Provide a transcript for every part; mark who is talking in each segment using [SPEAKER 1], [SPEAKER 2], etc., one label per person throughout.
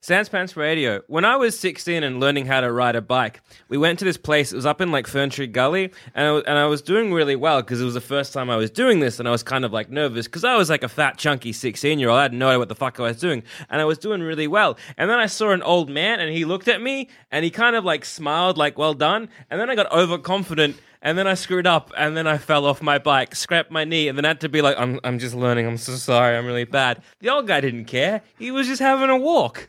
[SPEAKER 1] Sans Pants Radio. When I was 16 and learning how to ride a bike, we went to this place. It was up in like Fern Tree Gully, and I, wa- and I was doing really well because it was the first time I was doing this, and I was kind of like nervous because I was like a fat, chunky 16 year old. I had no idea what the fuck I was doing, and I was doing really well. And then I saw an old man, and he looked at me, and he kind of like smiled, like, well done. And then I got overconfident. And then I screwed up, and then I fell off my bike, scrapped my knee, and then had to be like, I'm, I'm just learning, I'm so sorry, I'm really bad. The old guy didn't care, he was just having a walk.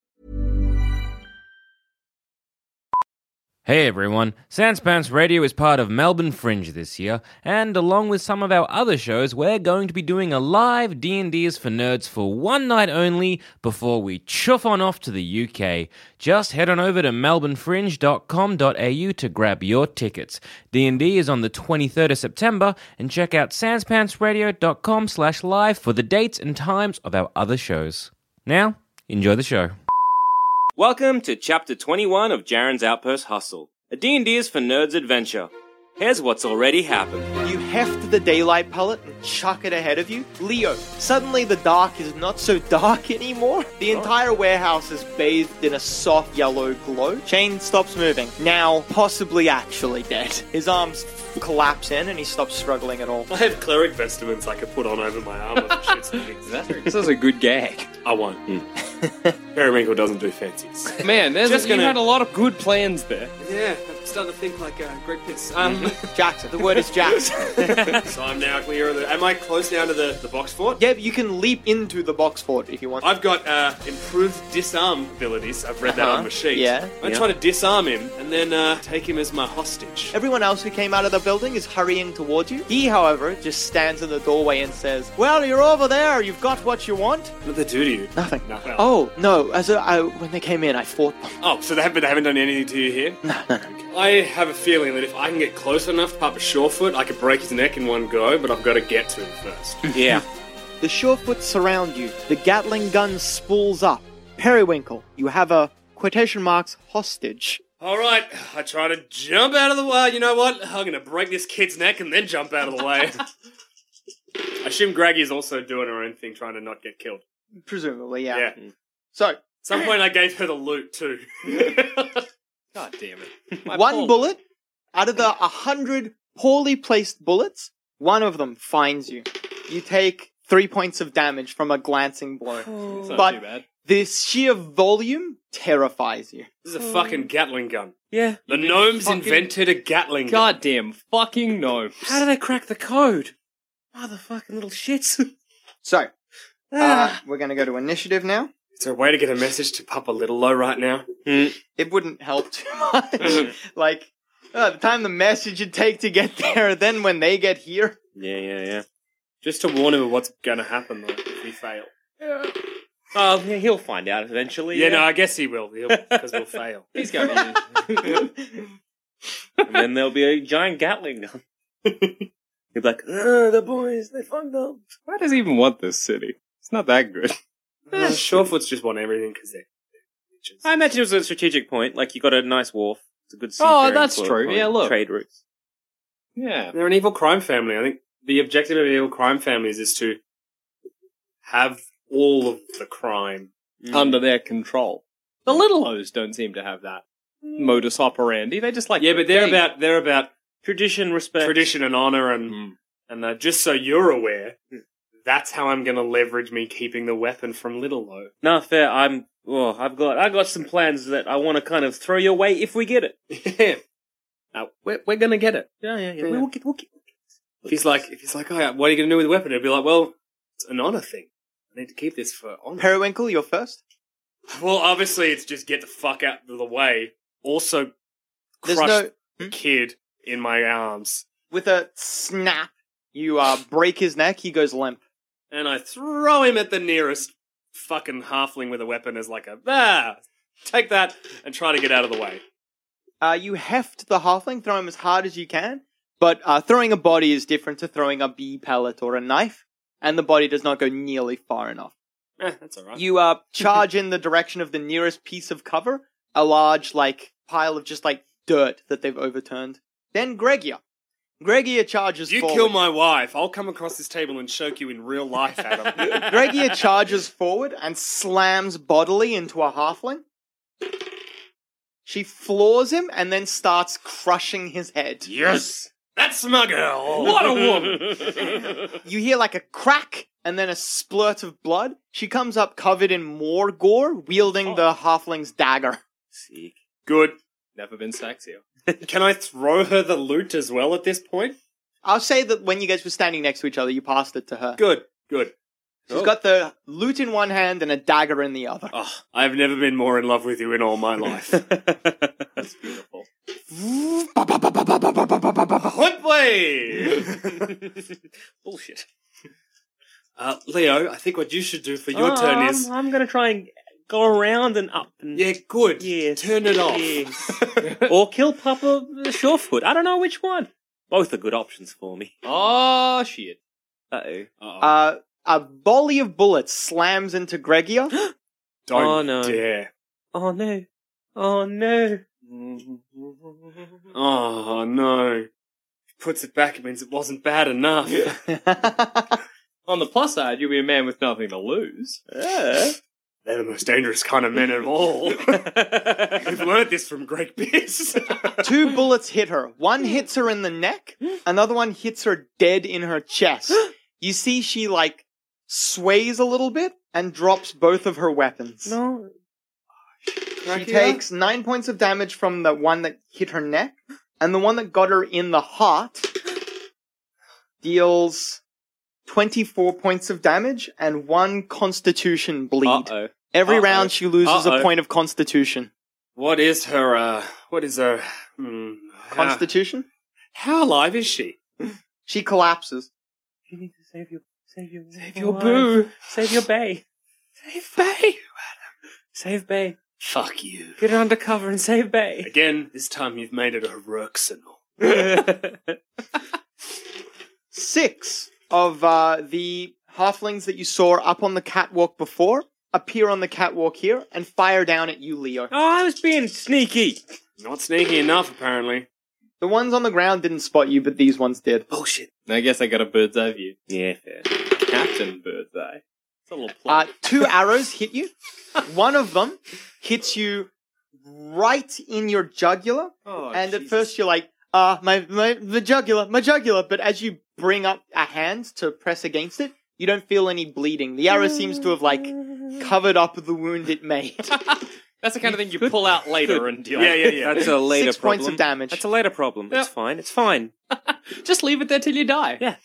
[SPEAKER 1] Hey everyone, Sans Pants Radio is part of Melbourne Fringe this year, and along with some of our other shows, we're going to be doing a live D&D's for Nerds for one night only before we chuff on off to the UK. Just head on over to melbournefringe.com.au to grab your tickets. D&D is on the 23rd of September, and check out sanspantsradio.com slash live for the dates and times of our other shows. Now, enjoy the show. Welcome to Chapter 21 of Jaren's Outpost Hustle, a D&D is for nerds adventure. Here's what's already happened.
[SPEAKER 2] You heft the daylight pellet and chuck it ahead of you. Leo, suddenly the dark is not so dark anymore. The entire warehouse is bathed in a soft yellow glow. Shane stops moving, now possibly actually dead. His arms collapse in and he stops struggling at all.
[SPEAKER 3] I have cleric vestments I could put on over my armor for shits and gigs.
[SPEAKER 4] This is a good gag.
[SPEAKER 3] I won't. Periwinkle doesn't do fancies.
[SPEAKER 4] Man, there's
[SPEAKER 3] Just
[SPEAKER 4] you
[SPEAKER 3] gonna-
[SPEAKER 4] had a lot of good plans there.
[SPEAKER 3] Yeah, I'm starting to think like uh, Greg Pitts. Um,
[SPEAKER 2] Jackson, the word is Jackson.
[SPEAKER 3] so I'm now clear of the. Am I close now to the, the box fort?
[SPEAKER 2] yeah, you can leap into the box fort if you want.
[SPEAKER 3] I've got uh, improved disarm abilities. I've read that
[SPEAKER 2] Uh-huh.
[SPEAKER 3] on my sheet.
[SPEAKER 2] Yeah.
[SPEAKER 3] I'm gonna try to disarm him and then uh, take him as my hostage.
[SPEAKER 2] Everyone else who came out of the building is hurrying towards you. He, however, just stands in the doorway and says, Well, you're over there. You've got what you want.
[SPEAKER 3] What did they do to you?
[SPEAKER 2] Nothing.
[SPEAKER 3] No.
[SPEAKER 2] Oh, no. As a, I, when they came in, I fought them.
[SPEAKER 3] Oh, so they haven't, they haven't done anything to you here? No, no, no. I have a feeling that if I can get close enough to Papa Shorefoot, I could break his neck in one go, but I've got to get to him first.
[SPEAKER 4] Yeah.
[SPEAKER 2] The Surefoot surround you. The Gatling gun spools up. Periwinkle, you have a quotation marks hostage.
[SPEAKER 3] All right, I try to jump out of the way. You know what? I'm gonna break this kid's neck and then jump out of the way. I assume Greggy's also doing her own thing, trying to not get killed.
[SPEAKER 2] Presumably, yeah.
[SPEAKER 3] Yeah.
[SPEAKER 2] So,
[SPEAKER 3] At some point, I gave her the loot too.
[SPEAKER 4] God damn it.
[SPEAKER 2] one bullet out of the 100 poorly placed bullets, one of them finds you.
[SPEAKER 5] You take three points of damage from a glancing blow.
[SPEAKER 1] It's not
[SPEAKER 5] but
[SPEAKER 1] too bad.
[SPEAKER 5] the sheer volume terrifies you.
[SPEAKER 1] This is a fucking Gatling gun.
[SPEAKER 5] Yeah.
[SPEAKER 1] The
[SPEAKER 5] You
[SPEAKER 1] gnomes
[SPEAKER 5] fucking-
[SPEAKER 1] invented a Gatling gun.
[SPEAKER 2] Goddamn fucking gnomes.
[SPEAKER 6] How do they crack the code? Motherfucking little shits. Ah.
[SPEAKER 5] So, uh, we're going to go to initiative now.
[SPEAKER 1] Is there a way to get a message to Papa Little Low right now?
[SPEAKER 2] Hmm.
[SPEAKER 5] It wouldn't help too much. like, uh, the time the message would take to get there, then when they get here.
[SPEAKER 1] Yeah, yeah, yeah. Just to warn him of what's going to happen though, if we fail.
[SPEAKER 6] Oh, yeah, he'll find out eventually.
[SPEAKER 1] Yeah, no, I guess he will because we'll fail.
[SPEAKER 2] He's going in.
[SPEAKER 6] and then there'll be a giant Gatling gun. He'll be like, "Ugh, the boys, they fucked up.
[SPEAKER 2] Why does he even want this city? It's not that good.
[SPEAKER 1] Shortfoot's Uh, just want everything because they.
[SPEAKER 6] I imagine it was a strategic point. Like you got a nice wharf. It's a good.
[SPEAKER 2] Oh,
[SPEAKER 6] seafaring
[SPEAKER 2] that's
[SPEAKER 6] port
[SPEAKER 2] true.
[SPEAKER 6] on
[SPEAKER 2] Yeah, look.
[SPEAKER 6] trade routes.
[SPEAKER 2] Yeah.
[SPEAKER 1] They're an evil crime family. I think the objective of evil crime families is to have all of the crime.
[SPEAKER 6] Mm.
[SPEAKER 2] Under their control. The little O's don't seem to have that modus operandi. They just like
[SPEAKER 1] Yeah, but they're
[SPEAKER 2] big.
[SPEAKER 1] about they're about
[SPEAKER 6] Tradition, respect.
[SPEAKER 1] tradition and honor and
[SPEAKER 2] Mm.
[SPEAKER 1] and uh, just so you're aware,
[SPEAKER 6] Hmm.
[SPEAKER 1] that's how I'm going to leverage me keeping the weapon from Little Low.
[SPEAKER 6] No, fair. I'm. Well, I've got. I got some plans that I want to kind of throw your way if we get it.
[SPEAKER 1] Yeah. Now, we're, we're gonna get it.
[SPEAKER 6] Yeah, yeah, yeah.
[SPEAKER 1] We'll
[SPEAKER 6] get. We'll get.
[SPEAKER 1] If he's like, if he's like, oh, yeah, what are you gonna do with the weapon? It'd be like, well, it's an honor thing. I need to keep this for honor.
[SPEAKER 5] Periwinkle, you're first.
[SPEAKER 1] well, obviously, it's just get the fuck out of the way. Also,
[SPEAKER 5] There's
[SPEAKER 1] crush
[SPEAKER 5] no- Hmm?
[SPEAKER 1] the kid in my arms,
[SPEAKER 5] With a snap, you uh, break his neck, he goes limp.
[SPEAKER 1] and I throw him at the nearest fucking halfling with a weapon as like a ah, take that and try to get out of the way.
[SPEAKER 5] Uh, you heft the halfling, throw him as hard as you can, but uh, throwing a body is different to throwing a bee pellet or a knife, and the body does not go nearly far enough.
[SPEAKER 1] Eh, that's all right.
[SPEAKER 5] You uh, charge in the direction of the nearest piece of cover, a large, like, pile of just, like, dirt that they've overturned. Then Gregia. Gregia charges
[SPEAKER 1] you
[SPEAKER 5] forward.
[SPEAKER 1] kill my wife, I'll come across this table and choke you in real life, Adam.
[SPEAKER 5] Gregia charges forward and slams bodily into a halfling. She floors him and then starts crushing his head.
[SPEAKER 1] yes, that's my girl. What a woman.
[SPEAKER 5] You hear like a crack and then a splurt of blood. She comes up covered in more gore, wielding the halfling's dagger.
[SPEAKER 2] Sick.
[SPEAKER 1] Good.
[SPEAKER 2] Never been sexier.
[SPEAKER 1] Can I throw her the loot as well at this point?
[SPEAKER 5] I'll say that when you guys were standing next to each other, you passed it to her.
[SPEAKER 1] Good, good.
[SPEAKER 5] Uh, She's got the loot in one hand and a dagger in the other.
[SPEAKER 1] Oh, I've never been more in love with you in all my life.
[SPEAKER 2] That's beautiful.
[SPEAKER 1] Hot boy!
[SPEAKER 6] Bullshit.
[SPEAKER 1] Uh, Leo, I think what you should do for your
[SPEAKER 6] Oh,
[SPEAKER 1] turn
[SPEAKER 6] I'm-
[SPEAKER 1] is.
[SPEAKER 6] I'm, gonna try and go around and up. And,
[SPEAKER 1] Yeah, good.
[SPEAKER 6] Yes.
[SPEAKER 1] Turn it off.
[SPEAKER 6] Yes. or kill Papa Shortfoot. I don't know which one. Both are good options for me.
[SPEAKER 1] Ah,
[SPEAKER 2] Oh shit.
[SPEAKER 6] Uh oh.
[SPEAKER 5] Uh, a volley of bullets slams into Gregia.
[SPEAKER 1] Don't
[SPEAKER 6] Oh, no.
[SPEAKER 1] dare.
[SPEAKER 6] Oh no. Oh no.
[SPEAKER 1] Oh, no. If he Puts it back, it means it wasn't bad enough.
[SPEAKER 2] On the plus side, you'll be a man with nothing to lose.
[SPEAKER 1] They're the most dangerous kind of men of all. We've learned this from Greg Pierce.
[SPEAKER 5] Two bullets hit her. One hits her in the neck, another one hits her dead in her chest. You see, she like sways a little bit and drops both of her weapons.
[SPEAKER 6] No.
[SPEAKER 5] she takes nine points of damage from the one that hit her neck, and the one that got her in the heart deals 24 points of damage and one constitution bleed.
[SPEAKER 2] Uh-oh.
[SPEAKER 5] Every
[SPEAKER 1] Uh-oh.
[SPEAKER 5] round she loses a
[SPEAKER 1] Uh-oh.
[SPEAKER 5] point of constitution.
[SPEAKER 1] what is her, uh, what is her, hmm, how,
[SPEAKER 5] Constitution?
[SPEAKER 1] how alive is she?
[SPEAKER 5] She collapses.
[SPEAKER 6] You need to save your save your save
[SPEAKER 1] your boo.
[SPEAKER 6] Save your bay.
[SPEAKER 1] Save Bay.
[SPEAKER 6] Save bay.
[SPEAKER 1] Fuck you.
[SPEAKER 6] Get it undercover and save bay.
[SPEAKER 1] Again, this time you've made it a Ruxinol.
[SPEAKER 5] six of uh, the halflings that you saw up on the catwalk before appear on the catwalk here and fire down at you, Leo.
[SPEAKER 6] Oh, I was being sneaky.
[SPEAKER 1] Not sneaky enough, apparently.
[SPEAKER 5] The ones on the ground didn't spot you, but these ones did.
[SPEAKER 1] Bullshit.
[SPEAKER 2] I guess I got a bird's eye view.
[SPEAKER 6] Yeah, fair.
[SPEAKER 2] Captain Bird's Eye. It's a little
[SPEAKER 5] Uh,
[SPEAKER 2] plot.
[SPEAKER 5] two arrows hit you. One of them hits you right in your jugular,
[SPEAKER 2] oh,
[SPEAKER 5] and at
[SPEAKER 2] Jesus.
[SPEAKER 7] Oh,
[SPEAKER 5] first you're like, Ah, my, my, the jugular, my jugular. But as you bring up a hand to press against it, you don't feel any bleeding. The arrow seems to have, like, covered up the wound it made.
[SPEAKER 7] That's the kind of thing you pull out later and deal.
[SPEAKER 5] Yeah, yeah,
[SPEAKER 7] with.
[SPEAKER 5] yeah. That's a later Six points problem. of damage.
[SPEAKER 7] That's a later problem. It's fine. It's fine. Just leave it there till you die. Yeah,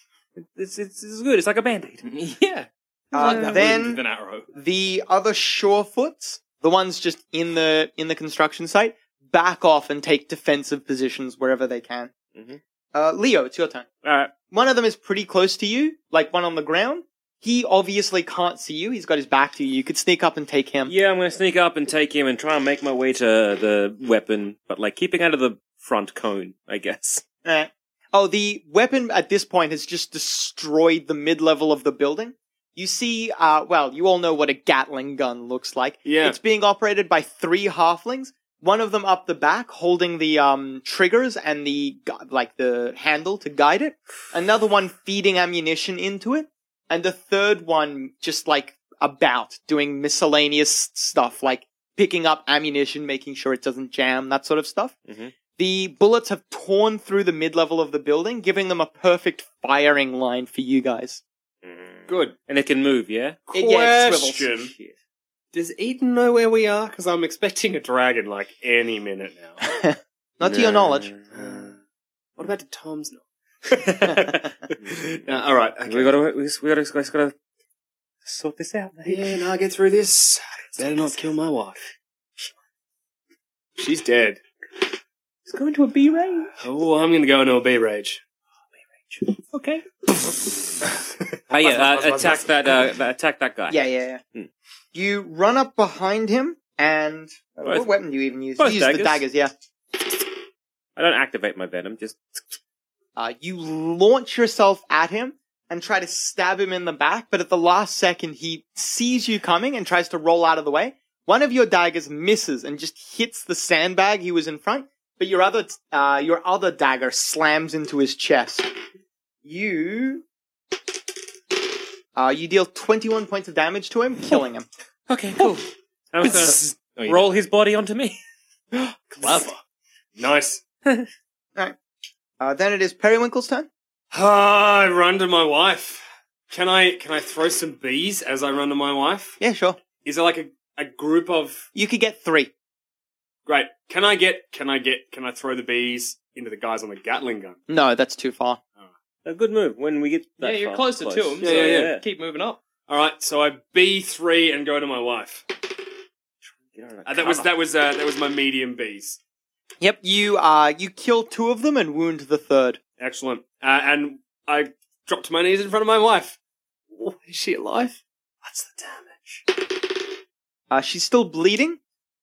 [SPEAKER 7] it's it's, it's good. It's like a band-aid. yeah.
[SPEAKER 5] Uh,
[SPEAKER 7] Like that wound
[SPEAKER 5] then
[SPEAKER 7] with an arrow.
[SPEAKER 5] the other surefoots, the ones just in the in the construction site, back off and take defensive positions wherever they can.
[SPEAKER 7] Mhm.
[SPEAKER 5] Uh, Leo, it's your turn. All right. One of them is pretty close to you, like one on the ground. He obviously can't see you. He's got his back to you. You could sneak up and take him.
[SPEAKER 7] Um, Yeah, I'm going to sneak up and take him and try and make my way to the weapon, but like keeping out of the front cone, I guess.
[SPEAKER 5] Eh. Oh, the weapon at this point has just destroyed the mid level of the building. You see, uh, well, you all know what a Gatling gun looks like.
[SPEAKER 1] Yeah.
[SPEAKER 5] It's being operated by three halflings. One of them up the back, holding the um, triggers and the gu- like the handle to guide it. Another one feeding ammunition into it, and the third one just like about doing miscellaneous stuff, like picking up ammunition, making sure it doesn't jam, that sort of stuff.
[SPEAKER 7] Mm-hmm.
[SPEAKER 5] The bullets have torn through the mid level of the building, giving them a perfect firing line for you guys.
[SPEAKER 1] Good.
[SPEAKER 7] And it can move, yeah?
[SPEAKER 5] It- yeah, it swivels.
[SPEAKER 1] Question. Does Eden know where we are? Because I'm expecting a dragon like any minute now.
[SPEAKER 5] Not to your
[SPEAKER 1] No.
[SPEAKER 5] knowledge.
[SPEAKER 1] What about the Tom's knowledge? no, all right. Uh, Okay.
[SPEAKER 7] We gotta, we just- we gotta, we just gotta sort this out, mate.
[SPEAKER 1] Yeah, no, get through this. Better not kill my wife. She's dead.
[SPEAKER 7] It's going to a B range.
[SPEAKER 1] Oh, I'm gonna go into a bee rage.
[SPEAKER 7] Okay. Oh yeah, uh, attack that, uh, that- attack that guy.
[SPEAKER 5] Yeah, yeah, yeah.
[SPEAKER 7] Hmm.
[SPEAKER 5] You run up behind him and. uh,
[SPEAKER 7] Both-
[SPEAKER 5] what weapon do you even use?
[SPEAKER 7] both
[SPEAKER 5] you use the
[SPEAKER 7] daggers.
[SPEAKER 5] daggers, yeah.
[SPEAKER 7] I don't activate my venom, just
[SPEAKER 5] Uh, you launch yourself at him and try to stab him in the back, but at the last second, he sees you coming and tries to roll out of the way. One of your daggers misses and just hits the sandbag he was in front, but your other, uh, your other dagger slams into his chest. You, uh, you deal 21 points of damage to him, killing him.
[SPEAKER 7] Okay, cool. I'm just gonna roll his body onto me.
[SPEAKER 1] Oh, Clever. Nice.
[SPEAKER 5] Alright. Uh, then it is Periwinkle's turn.
[SPEAKER 1] Ah, I run to my wife. Can I can I throw some bees as I run to my wife?
[SPEAKER 5] Yeah, sure.
[SPEAKER 1] Is there like a, a group of
[SPEAKER 5] You could get three.
[SPEAKER 1] great? Can I get can I get can I throw the bees into the guys on the Gatling gun?
[SPEAKER 5] No, that's too far.
[SPEAKER 7] A good move when we get
[SPEAKER 8] Yeah,
[SPEAKER 7] that
[SPEAKER 8] you're
[SPEAKER 7] far.
[SPEAKER 8] closer
[SPEAKER 7] Close.
[SPEAKER 8] to him,
[SPEAKER 1] Yeah,
[SPEAKER 8] so
[SPEAKER 1] yeah,
[SPEAKER 8] yeah,
[SPEAKER 1] yeah.
[SPEAKER 8] keep moving up.
[SPEAKER 1] All right, so I B three and go to my wife. Uh, that was that was uh, that was my medium bees.
[SPEAKER 5] Yep, you, uh, you kill two of them and wound the third.
[SPEAKER 1] Excellent. Uh, and I dropped to my knees in front of my wife. Oh, Is she alive? What's the damage?
[SPEAKER 5] Uh, she's still bleeding.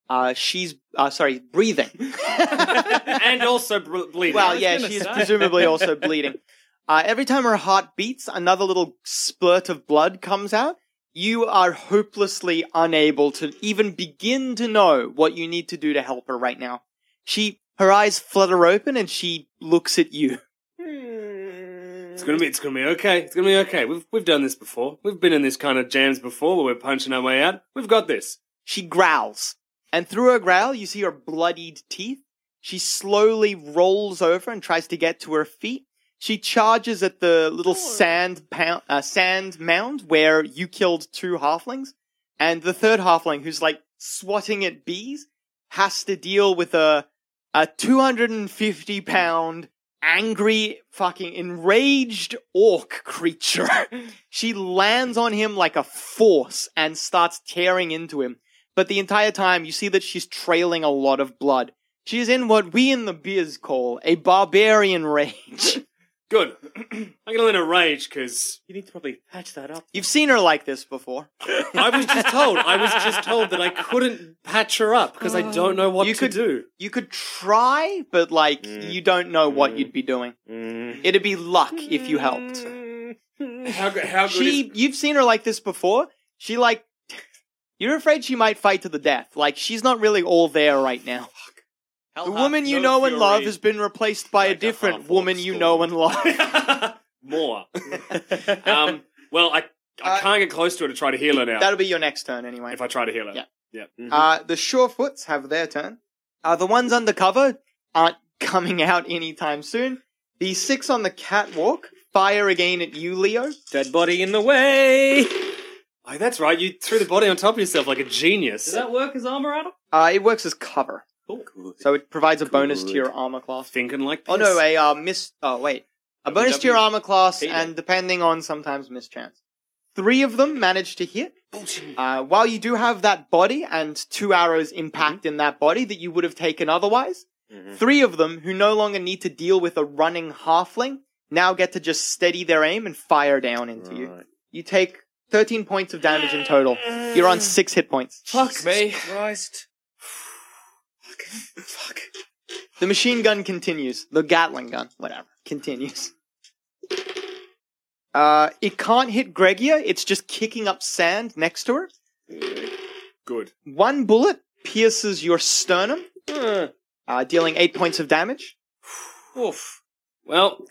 [SPEAKER 5] Uh, she's uh, sorry, breathing.
[SPEAKER 1] and also ble- bleeding.
[SPEAKER 5] well, yeah, she's presumably also bleeding. Uh, every time her heart beats, another little splurt of blood comes out. You are hopelessly unable to even begin to know what you need to do to help her right now. She, her eyes flutter open, and she looks at you.
[SPEAKER 1] It's gonna be. It's gonna be okay. It's gonna be okay. We've we've done this before. We've been in this kind of jams before where we're punching our way out. We've got this.
[SPEAKER 5] She growls, and through her growl, you see her bloodied teeth. She slowly rolls over and tries to get to her feet. She charges at the little sand pound, uh, sand mound where you killed two halflings, and the third halfling, who's like swatting at bees, has to deal with a a two hundred and fifty pound angry fucking enraged orc creature. she lands on him like a force and starts tearing into him. But the entire time, you see that she's trailing a lot of blood. She is in what we in the beers call a barbarian rage.
[SPEAKER 1] Good. I'm gonna let her rage because
[SPEAKER 7] You need to probably patch that up.
[SPEAKER 5] You've seen her like this before.
[SPEAKER 1] I was just told. I was just told that I couldn't patch her up because I don't know what
[SPEAKER 5] You
[SPEAKER 1] to
[SPEAKER 5] could-
[SPEAKER 1] do.
[SPEAKER 5] You could try, but like, you don't know what you'd be doing. It'd be luck if you helped.
[SPEAKER 1] How good? How good?
[SPEAKER 5] She, you've seen her like this before. She like, you're afraid she might fight to the death. Like, she's not really all there right now. The woman you know and love has been replaced by a
[SPEAKER 1] Like a
[SPEAKER 5] different
[SPEAKER 1] half-orc
[SPEAKER 5] woman you
[SPEAKER 1] storm.
[SPEAKER 5] know and love.
[SPEAKER 1] is more. um. Well, I I
[SPEAKER 5] Uh,
[SPEAKER 1] can't get close to her to try to heal her now.
[SPEAKER 5] That'll be your next turn anyway.
[SPEAKER 1] if I try to heal her.
[SPEAKER 5] Yeah.
[SPEAKER 1] Yeah. Mm-hmm.
[SPEAKER 5] Uh, the surefoots have their turn. Uh, the ones undercover aren't coming out anytime soon. The six on the catwalk fire again at you, Leo. Dead body in the way.
[SPEAKER 1] Oh, that's right. You threw the body on top of yourself like a genius. Oh,
[SPEAKER 2] Does that work as armor item?
[SPEAKER 5] Uh, it works as cover. So it provides a bonus to your armor class.
[SPEAKER 1] Thinking like
[SPEAKER 5] Oh no, a uh, miss. Oh wait, a bonus to your armor class, and depending on sometimes mischance. Three of them manage to hit. Uh, while you do have that body and two arrows impact in that body that you would have taken otherwise, three of them who no longer need to deal with a running halfling now get to just steady their aim and fire down into you. You take 13 points of damage in total.
[SPEAKER 2] Mm.
[SPEAKER 5] You're on six hit points.
[SPEAKER 9] Fuck me. Christ.
[SPEAKER 5] The machine gun continues. The Gatling gun, whatever, continues. Uh, it can't hit Gregia. It's just kicking up sand next to her.
[SPEAKER 1] Good.
[SPEAKER 5] One bullet pierces your sternum, uh, dealing eight points of damage.
[SPEAKER 1] Oof. Well,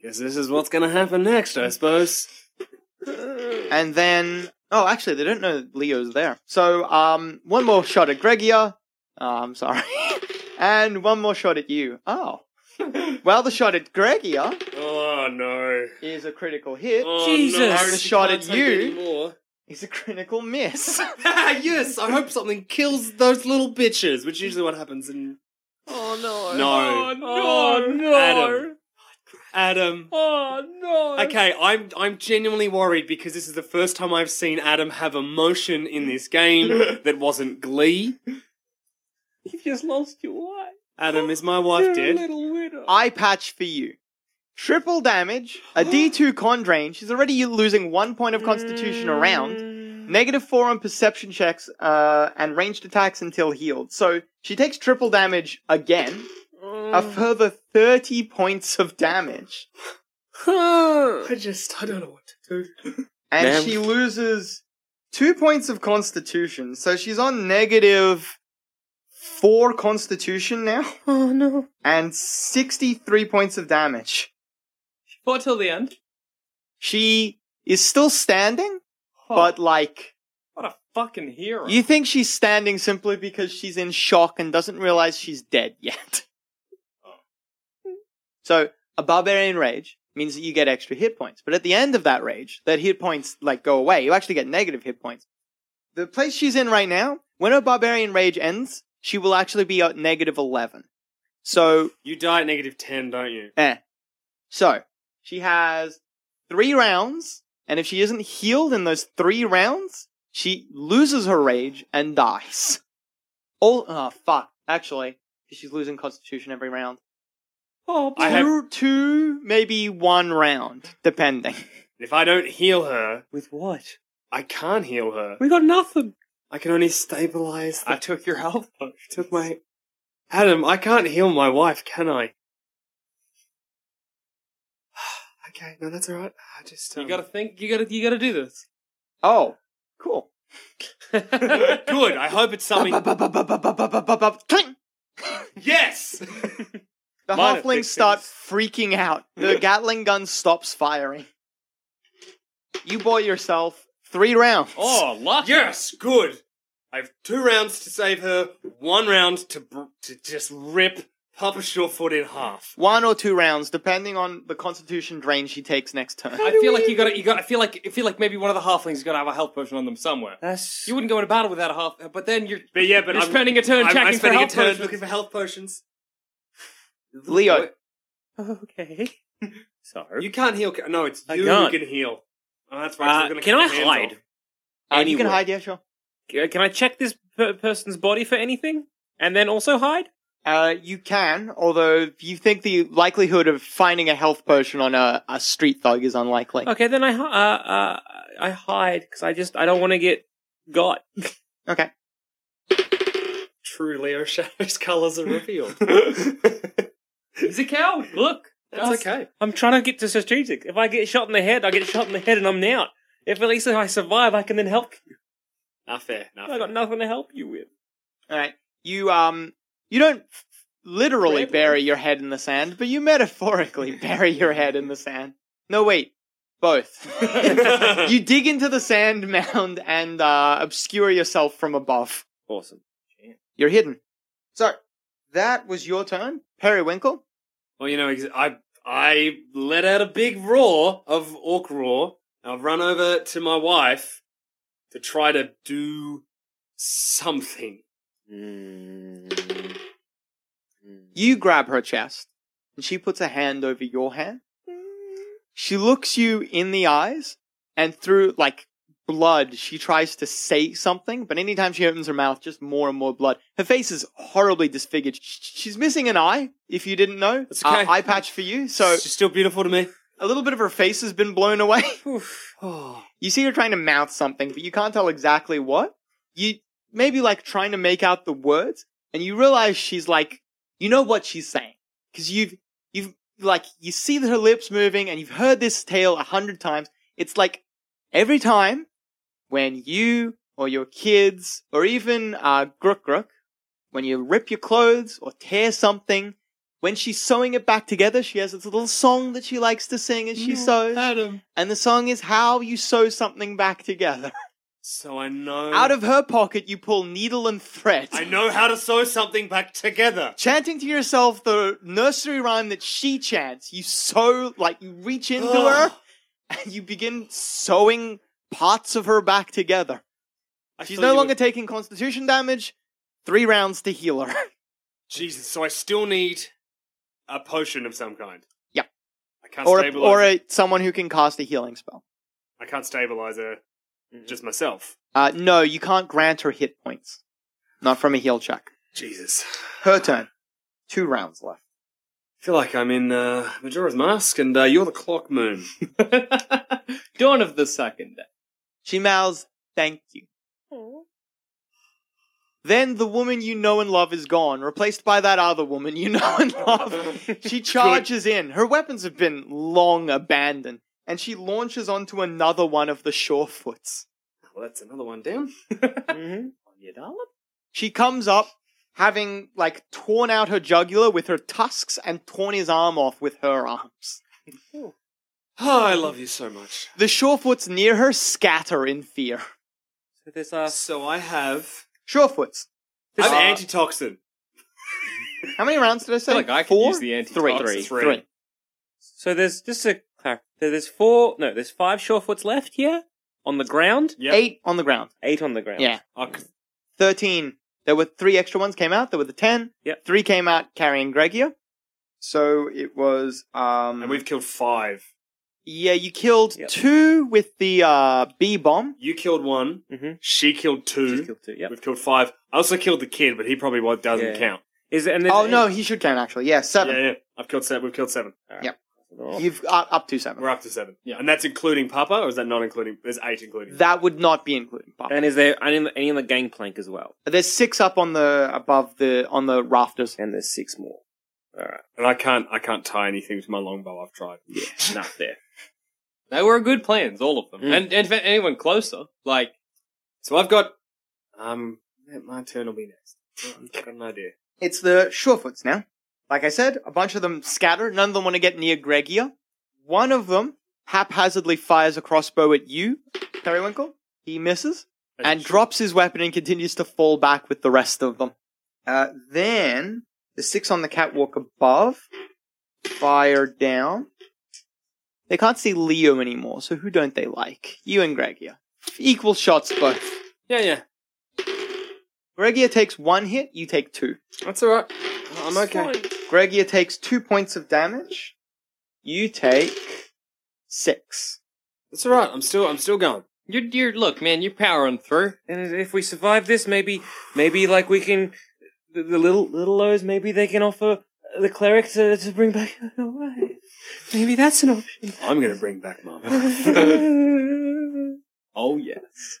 [SPEAKER 1] guess this is what's going to happen next, I suppose.
[SPEAKER 5] And then, oh, actually, they don't know that Leo's there. So, um, one more shot at Gregia. Uh, I'm sorry. and one more shot at you. Oh. well, the shot at Gregia
[SPEAKER 1] Oh no.
[SPEAKER 5] is a critical hit.
[SPEAKER 1] Oh,
[SPEAKER 5] And
[SPEAKER 1] No,
[SPEAKER 5] the shot at you
[SPEAKER 1] Anymore.
[SPEAKER 5] is a critical miss.
[SPEAKER 1] yes, I hope something kills those little bitches, which is usually what happens in.
[SPEAKER 9] Oh
[SPEAKER 1] No.
[SPEAKER 9] no.
[SPEAKER 1] Oh,
[SPEAKER 9] no.
[SPEAKER 1] Adam. Adam.
[SPEAKER 9] Oh no.
[SPEAKER 1] Okay, I'm I'm genuinely worried because this is the first time I've seen Adam have emotion in this game that wasn't glee.
[SPEAKER 9] You just lost your wife.
[SPEAKER 1] Adam, is my wife
[SPEAKER 9] You're a
[SPEAKER 1] dead?
[SPEAKER 9] little widow.
[SPEAKER 5] Eye patch for you. Triple damage, a D2 con drain. She's already losing one point of constitution
[SPEAKER 9] Mm.
[SPEAKER 5] a round. Negative four on perception checks uh, and ranged attacks until healed. So she takes triple damage again. A
[SPEAKER 9] Mm.
[SPEAKER 5] further 30 points of damage.
[SPEAKER 1] I just I don't know what to do.
[SPEAKER 5] And
[SPEAKER 1] Ma'am?
[SPEAKER 5] she loses two points of constitution. So she's on negative four constitution now
[SPEAKER 9] Oh no.
[SPEAKER 5] and 63 points of damage.
[SPEAKER 2] Fought till the end.
[SPEAKER 5] She is still standing,
[SPEAKER 2] Huh.
[SPEAKER 5] but like
[SPEAKER 2] What a fucking hero.
[SPEAKER 5] you think she's standing simply because she's in shock and doesn't realize she's dead yet. so a barbarian rage means that you get extra hit points, but at the end of that rage, that hit points like go away. You actually get negative hit points. The place she's in right now, when her barbarian rage ends, she will actually be at negative eleven. So
[SPEAKER 1] You die at negative ten, don't you?
[SPEAKER 5] Eh. So, she has three rounds, and if she isn't healed in those three rounds, she loses her rage and dies. Oh, oh fuck. Actually, 'cause she's losing constitution every round.
[SPEAKER 2] Oh,
[SPEAKER 1] I have-
[SPEAKER 5] two, two, maybe one round, depending.
[SPEAKER 1] If I don't heal her,
[SPEAKER 9] With what?
[SPEAKER 1] I can't heal her.
[SPEAKER 9] We got nothing.
[SPEAKER 1] I can only stabilize. The...
[SPEAKER 2] I took your health.
[SPEAKER 1] I took my. Adam, I can't heal my wife, can I? okay, no, that's all right. I just um...
[SPEAKER 2] You gotta think. You gotta. You gotta do this.
[SPEAKER 5] Oh, cool.
[SPEAKER 1] Good. I hope it's something.
[SPEAKER 5] Cling!
[SPEAKER 1] yes.
[SPEAKER 5] The
[SPEAKER 1] Might have
[SPEAKER 5] halflings
[SPEAKER 1] fixed
[SPEAKER 5] start freaking out. The Gatling gun stops firing. You bought yourself three rounds.
[SPEAKER 2] Oh, lucky.
[SPEAKER 1] Yes, good. I have two rounds to save her, one round to br- to just rip Papa Shortfoot in half.
[SPEAKER 5] one or two rounds, depending on the constitution drain she takes next turn.
[SPEAKER 2] I feel like you gotta. You gotta. I feel like. I feel like maybe one of the halflings gotta have a health potion on them somewhere.
[SPEAKER 9] That's
[SPEAKER 2] You wouldn't go into battle without a half. But then you're.
[SPEAKER 1] But yeah, but
[SPEAKER 2] You're
[SPEAKER 1] I'm
[SPEAKER 2] spending a turn
[SPEAKER 1] I'm,
[SPEAKER 2] checking
[SPEAKER 1] I'm
[SPEAKER 2] for
[SPEAKER 1] spending
[SPEAKER 2] health
[SPEAKER 1] a turn
[SPEAKER 2] potions.
[SPEAKER 1] looking for health potions.
[SPEAKER 5] Leo,
[SPEAKER 9] okay.
[SPEAKER 2] Sorry.
[SPEAKER 1] You can't heal. Ca- No, it's
[SPEAKER 9] I
[SPEAKER 1] you who
[SPEAKER 9] can't.
[SPEAKER 1] can heal. Oh, that's right. so
[SPEAKER 9] Uh,
[SPEAKER 1] I'm gonna
[SPEAKER 9] can
[SPEAKER 1] cut
[SPEAKER 9] I
[SPEAKER 1] your hands
[SPEAKER 9] hide?
[SPEAKER 1] off.
[SPEAKER 5] uh, you can
[SPEAKER 9] Anyway.
[SPEAKER 5] hide, yeah, sure.
[SPEAKER 9] C- Can I check this per- person's body for anything, and then also hide?
[SPEAKER 5] Uh, you can, although you think the likelihood of finding a health potion on a, a street thug is unlikely.
[SPEAKER 9] Okay, then I hi- uh, uh, I hide because I just I don't want to get got.
[SPEAKER 5] Okay.
[SPEAKER 1] True Leo Shadow's colors are revealed.
[SPEAKER 2] He's a cow. Look.
[SPEAKER 1] That's okay.
[SPEAKER 9] I'm trying to get to strategic. If I get shot in the head, I get shot in the head, and I'm out. If at least if I survive, I can then help you.
[SPEAKER 1] Not fair. Not
[SPEAKER 9] I got nothing to help you with.
[SPEAKER 5] Alright. You, um, you don't f- literally
[SPEAKER 9] Really?
[SPEAKER 5] bury your head in the sand, but you metaphorically bury your head in the sand. No, wait. Both. you dig into the sand mound and, uh, obscure yourself from above.
[SPEAKER 9] Awesome.
[SPEAKER 5] You're hidden. So, That was your turn, Periwinkle.
[SPEAKER 1] Well, you know, ex- I I let out a big roar of orc roar. and I've run over to my wife to try to do something.
[SPEAKER 5] You grab her chest, and she puts a hand over your hand. She looks you in the eyes, and through like blood, she tries to say something, but anytime she opens her mouth, just more and more blood. Her face is horribly disfigured. Sh- She's missing an eye, if you didn't know. It's
[SPEAKER 1] okay.
[SPEAKER 5] eye patch for you, Uh, so. She's
[SPEAKER 1] still beautiful to me.
[SPEAKER 5] A little bit of her face has been blown away.
[SPEAKER 1] Oh.
[SPEAKER 5] You see her trying to mouth something, but you can't tell exactly what. You maybe like trying to make out the words, and you realize she's like, you know what she's saying, because you've you've like you see that her lips moving, and you've heard this tale a hundred times. It's like every time when you or your kids or even uh, Grook Grook, when you rip your clothes or tear something, when she's sewing it back together, she has this little song that she likes to sing as she sews. Adam. And the song is How You Sew Something Back Together.
[SPEAKER 1] So I know
[SPEAKER 5] Out of her pocket, you pull needle and thread.
[SPEAKER 1] I know how to sew something back together.
[SPEAKER 5] Chanting to yourself the nursery rhyme that she chants, you sew, like, you reach into
[SPEAKER 1] Ugh.
[SPEAKER 5] her and you begin sewing parts of her back together.
[SPEAKER 1] I
[SPEAKER 5] She's
[SPEAKER 1] thought
[SPEAKER 5] no
[SPEAKER 1] you
[SPEAKER 5] longer
[SPEAKER 1] were-
[SPEAKER 5] taking constitution damage. Three rounds to heal her.
[SPEAKER 1] Jesus, so I still need a potion of some kind.
[SPEAKER 5] Yep.
[SPEAKER 1] I can't
[SPEAKER 5] or a,
[SPEAKER 1] stabilize
[SPEAKER 5] or
[SPEAKER 1] it.
[SPEAKER 5] a, someone who can cast a healing spell.
[SPEAKER 1] I can't stabilize her just myself.
[SPEAKER 5] Uh, no, you can't grant her hit points. Not from a heal check.
[SPEAKER 1] Jesus.
[SPEAKER 5] Her turn. Two rounds left.
[SPEAKER 1] I feel like I'm in uh, Majora's Mask and uh, you're the clock moon.
[SPEAKER 10] Dawn of the second day.
[SPEAKER 5] She mouths, thank you. Then the woman you know and love is gone, replaced by that other woman you know and love. she charges in. Her weapons have been long abandoned, and she launches onto another one of the Shorefoots.
[SPEAKER 1] Well, that's another one down.
[SPEAKER 10] You darling?
[SPEAKER 5] Mm-hmm. She comes up, having like torn out her jugular with her tusks and torn his arm off with her arms.
[SPEAKER 1] Oh, I love you so much.
[SPEAKER 5] The Shorefoots near her scatter in fear.
[SPEAKER 1] Uh, So, I have.
[SPEAKER 5] Shorefoots.
[SPEAKER 1] This
[SPEAKER 5] Uh,
[SPEAKER 1] is antitoxin.
[SPEAKER 5] How many rounds did I say?
[SPEAKER 1] feel like I could
[SPEAKER 5] Four?
[SPEAKER 1] use the
[SPEAKER 5] Three.
[SPEAKER 1] antitoxin.
[SPEAKER 5] Three.
[SPEAKER 1] Three.
[SPEAKER 5] Three.
[SPEAKER 2] So there's just a clar- there's four no there's five surefoots left here on the ground.
[SPEAKER 5] Eight on the ground.
[SPEAKER 2] Eight on the ground.
[SPEAKER 5] Yeah.
[SPEAKER 2] Oh, c-
[SPEAKER 5] Thirteen. There were three extra ones came out. There were the ten.
[SPEAKER 2] Yep.
[SPEAKER 5] Three came out carrying Gregia. So it was um
[SPEAKER 1] And we've killed five.
[SPEAKER 5] Yeah, you killed two with the uh B bomb.
[SPEAKER 1] You killed one. She killed two.
[SPEAKER 2] She's Mm-hmm. killed two, yep.
[SPEAKER 1] We've killed five. I also killed the kid, but he probably won't- doesn't
[SPEAKER 2] Yeah.
[SPEAKER 1] count.
[SPEAKER 2] Is it, and there's
[SPEAKER 5] Oh no, he should count actually. Yeah, seven.
[SPEAKER 1] Yeah, yeah. I've killed seven. We've killed seven.
[SPEAKER 5] Yep. You've uh, up to seven.
[SPEAKER 1] We're up to seven. Yeah. And that's including Papa, or is that not including? Is eight including?
[SPEAKER 5] That would not be including Papa.
[SPEAKER 2] and is there any, any on the gangplank as well?
[SPEAKER 5] There's six up on the above the on the rafters.
[SPEAKER 2] And there's six more. All right.
[SPEAKER 1] And I can't. I can't tie anything to my longbow. I've tried.
[SPEAKER 2] Yeah. Not there.
[SPEAKER 10] They were good plans, all of them.
[SPEAKER 5] Mm.
[SPEAKER 10] And, and if anyone closer, like,
[SPEAKER 1] So I've got. Um, my turn will be next. I've got an idea.
[SPEAKER 5] It's the Surefoots now. Like I said, a bunch of them scatter. None of them want to get near Gregia. One of them haphazardly fires a crossbow at you, Periwinkle. He misses and drops his weapon and continues to fall back with the rest of them. Uh, then the six on the catwalk above fire down. They can't see Leo anymore, so who don't they like? You and Gregia. Equal shots both.
[SPEAKER 1] Yeah, yeah.
[SPEAKER 5] Gregia takes one hit, you take two.
[SPEAKER 1] That's all right. I'm okay.
[SPEAKER 5] Gregia takes two points of damage. You take six.
[SPEAKER 1] That's all right. I'm still. I'm still going.
[SPEAKER 10] you're, you're, look, man, you're powering through.
[SPEAKER 2] And if we survive this, maybe maybe like we can the, the little little lows maybe they can offer the cleric to, to bring back her wife. Maybe that's an option.
[SPEAKER 1] I'm gonna bring back Mama.
[SPEAKER 10] Oh, yes.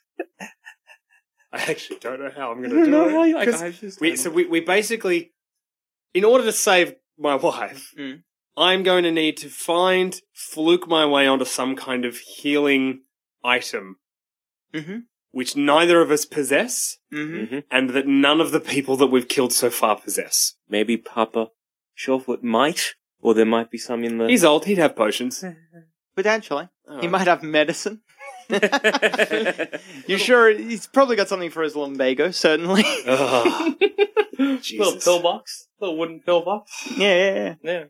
[SPEAKER 1] I actually don't know how I'm gonna
[SPEAKER 2] I don't
[SPEAKER 1] do
[SPEAKER 2] know
[SPEAKER 1] it.
[SPEAKER 2] how you- like,
[SPEAKER 1] 'Cause
[SPEAKER 2] I've just-
[SPEAKER 1] we, so we we basically, in order to save my wife,
[SPEAKER 5] Mm.
[SPEAKER 1] I'm going to need to find fluke my way onto some kind of healing item,
[SPEAKER 5] Mm-hmm.
[SPEAKER 1] which neither of us possess,
[SPEAKER 5] Mm-hmm.
[SPEAKER 1] and that none of the people that we've killed so far possess.
[SPEAKER 2] Maybe Papa Shorefoot might, or there might be some in the
[SPEAKER 1] He's old. He'd have potions.
[SPEAKER 5] Potentially. He
[SPEAKER 1] Alright.
[SPEAKER 5] might have medicine.
[SPEAKER 11] you sure he's probably got something for his lumbago? Certainly.
[SPEAKER 4] Little pillbox, little wooden pillbox.
[SPEAKER 11] Yeah, yeah, yeah.
[SPEAKER 4] Yeah.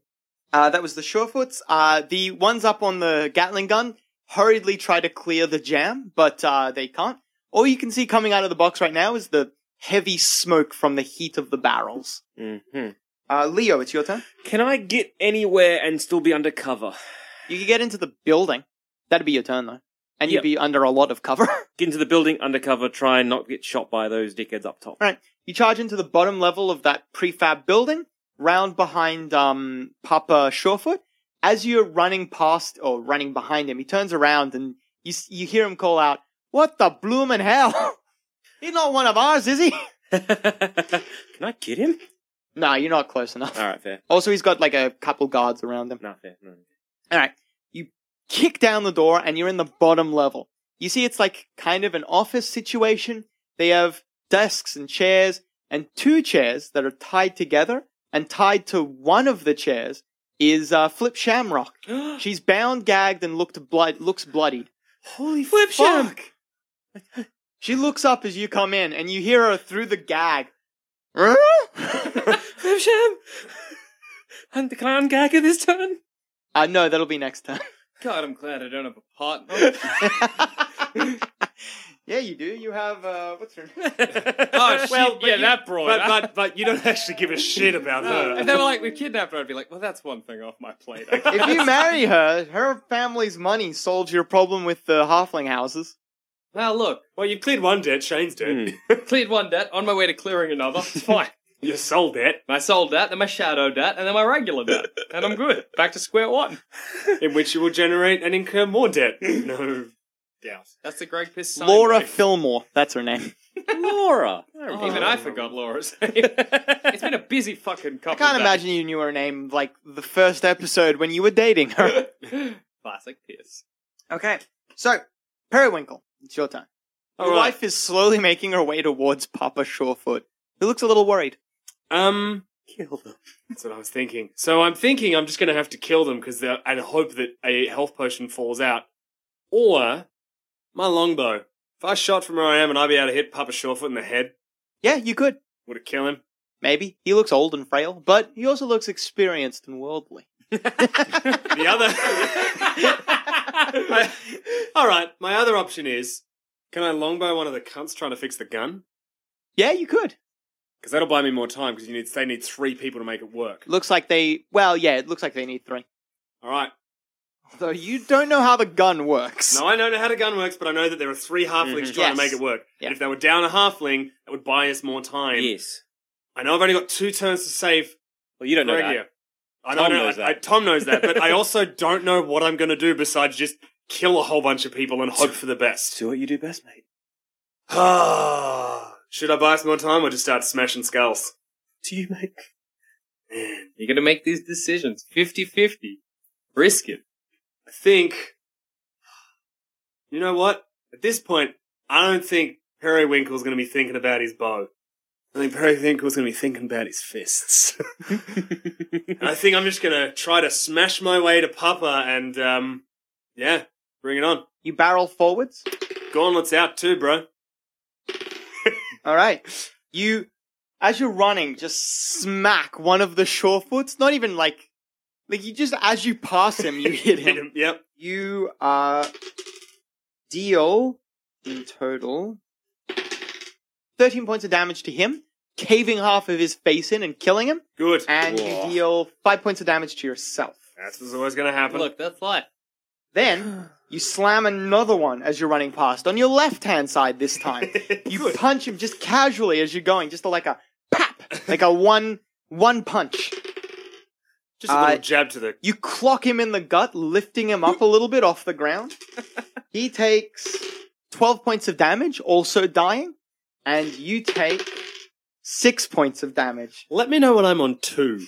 [SPEAKER 11] Uh, that was the Surefoots. Uh, the ones up on the Gatling gun hurriedly try to clear the jam, but uh, they can't. All you can see coming out of the box right now is the heavy smoke from the heat of the barrels.
[SPEAKER 12] Mm-hmm.
[SPEAKER 11] Uh, Leo, it's your turn.
[SPEAKER 12] Can I get anywhere and still be under cover?
[SPEAKER 11] You can get into the building. That'd be your turn, though. And
[SPEAKER 12] Yep.
[SPEAKER 11] you'd be under a lot of cover.
[SPEAKER 12] Get into the building undercover, try and not get shot by those dickheads up top.
[SPEAKER 11] right. You charge into the bottom level of that prefab building, round behind um, Papa Surefoot. As you're running past or running behind him, he turns around and you, s- you hear him call out, What the bloomin' hell? He's not one of ours, is he?
[SPEAKER 12] Can I kid him?
[SPEAKER 11] no, you're not close enough.
[SPEAKER 12] All right, fair.
[SPEAKER 11] Also, he's got like a couple guards around him.
[SPEAKER 12] Not fair. No.
[SPEAKER 11] All right. You kick down the door and you're in the bottom level. You see, it's like kind of an office situation. They have desks and chairs and two chairs that are tied together and tied to one of the chairs is uh, Flip Shamrock. She's bound, gagged, and looked blood looks bloodied.
[SPEAKER 12] Holy flip sham!
[SPEAKER 11] She looks up as you come in and you hear her through the gag. "Huh?"
[SPEAKER 12] Flip sham! And can I ungag her this turn?
[SPEAKER 11] Uh, no, that'll be next time.
[SPEAKER 4] God, I'm glad I don't have a partner.
[SPEAKER 11] yeah, you do. You have uh, what's her name?
[SPEAKER 1] Oh, shit.
[SPEAKER 4] Well, but
[SPEAKER 1] yeah,
[SPEAKER 4] you-
[SPEAKER 1] that broad.
[SPEAKER 4] but-
[SPEAKER 1] But, but, you don't actually give a shit about
[SPEAKER 4] No,
[SPEAKER 1] her.
[SPEAKER 4] if they were like, we kidnapped her, I'd be like, well, that's one thing off my plate. I guess.
[SPEAKER 11] if you marry her, her family's money solves your problem with the halfling houses.
[SPEAKER 4] now look, Hmm.
[SPEAKER 1] Well, you've cleared one debt. Shane's debt.
[SPEAKER 4] cleared one debt, on my way to clearing another. It's fine.
[SPEAKER 1] Your soul debt.
[SPEAKER 4] My soul debt, then my shadow debt, and then my regular debt. And I'm good. Back to square one.
[SPEAKER 1] In which you will generate and incur more debt. No doubt.
[SPEAKER 4] That's the Greg Piss sign.
[SPEAKER 11] Laura
[SPEAKER 4] wave.
[SPEAKER 11] Fillmore, that's her name.
[SPEAKER 12] Laura!
[SPEAKER 1] Oh.
[SPEAKER 4] Even I forgot Laura's name. it's been a busy fucking couple
[SPEAKER 11] I can't
[SPEAKER 4] of
[SPEAKER 11] imagine you knew her name like the first episode when you were dating her.
[SPEAKER 4] imagine. Classic Piss.
[SPEAKER 11] okay, so Periwinkle, it's your turn. Your
[SPEAKER 1] All right.
[SPEAKER 11] wife is slowly making her way towards Papa Surefoot, who looks a little worried.
[SPEAKER 1] Um, kill them. That's what I was thinking. So I'm thinking I'm just going to have to kill them because and hope that a health potion falls out, or my longbow. If I shot from where I am and I'd be able to hit Papa Shawfoot in the head,
[SPEAKER 11] Yeah, you could.
[SPEAKER 1] would it kill him?
[SPEAKER 11] Maybe. He looks old and frail, but he also looks experienced and worldly.
[SPEAKER 1] The other. I- all right. My other option is, can I longbow one of the cunts trying to fix the gun?
[SPEAKER 11] Yeah, you could.
[SPEAKER 1] Because that'll buy me more time. Because you need they need three people to make it work.
[SPEAKER 11] Looks like they, well, yeah, it looks like they need three.
[SPEAKER 1] All right.
[SPEAKER 11] Though you don't know how the gun works.
[SPEAKER 1] Now I don't know how the gun works, but I know that there are three halflings trying
[SPEAKER 11] Mm-hmm. Yes.
[SPEAKER 1] to make it work.
[SPEAKER 11] Yeah.
[SPEAKER 1] And if they were down a halfling, that would buy us more time.
[SPEAKER 12] Yes.
[SPEAKER 1] I know I've only got two turns to save
[SPEAKER 12] Well, you don't know
[SPEAKER 1] Gregia.
[SPEAKER 12] that.
[SPEAKER 1] I
[SPEAKER 12] Tom
[SPEAKER 1] don't know.
[SPEAKER 12] knows
[SPEAKER 1] I,
[SPEAKER 12] that.
[SPEAKER 1] I, Tom knows that, but I also don't know what I'm going to do besides just kill a whole bunch of people and hope for the best.
[SPEAKER 12] Do what you do best, mate.
[SPEAKER 1] Should I buy us more time or just start smashing skulls?
[SPEAKER 4] Do you make? Man, you're gonna make these decisions 50-50. Risk it.
[SPEAKER 1] I think. You know what? At this point, I don't think Periwinkle's going to be thinking about his bow. I think Periwinkle's going to be thinking about his fists. And I think I'm just going to try to smash my way to Papa and, um, yeah, bring it on.
[SPEAKER 11] You barrel forwards.
[SPEAKER 1] Gauntlet's out too, bro.
[SPEAKER 11] All right. You, as you're running, just smack one of the surefoots. Not even like, like you just as you pass him, you hit
[SPEAKER 1] Hit
[SPEAKER 11] him.
[SPEAKER 1] him. Yep.
[SPEAKER 11] You uh, deal in total thirteen points of damage to him, caving half of his face in and killing him,
[SPEAKER 1] Good.
[SPEAKER 11] and you deal five points of damage to yourself.
[SPEAKER 1] That's what's always going to happen.
[SPEAKER 4] Look, that's life.
[SPEAKER 11] Then you slam another one as you're running past on your left hand side this time. you punch him just casually as you're going, just like a pap, like a one one punch.
[SPEAKER 1] just a little
[SPEAKER 11] uh,
[SPEAKER 1] jab to the.
[SPEAKER 11] You clock him in the gut, lifting him up a little bit off the ground. He takes 12 points of damage, also dying, and you take 6 points of damage.
[SPEAKER 1] Let me know when I'm on two.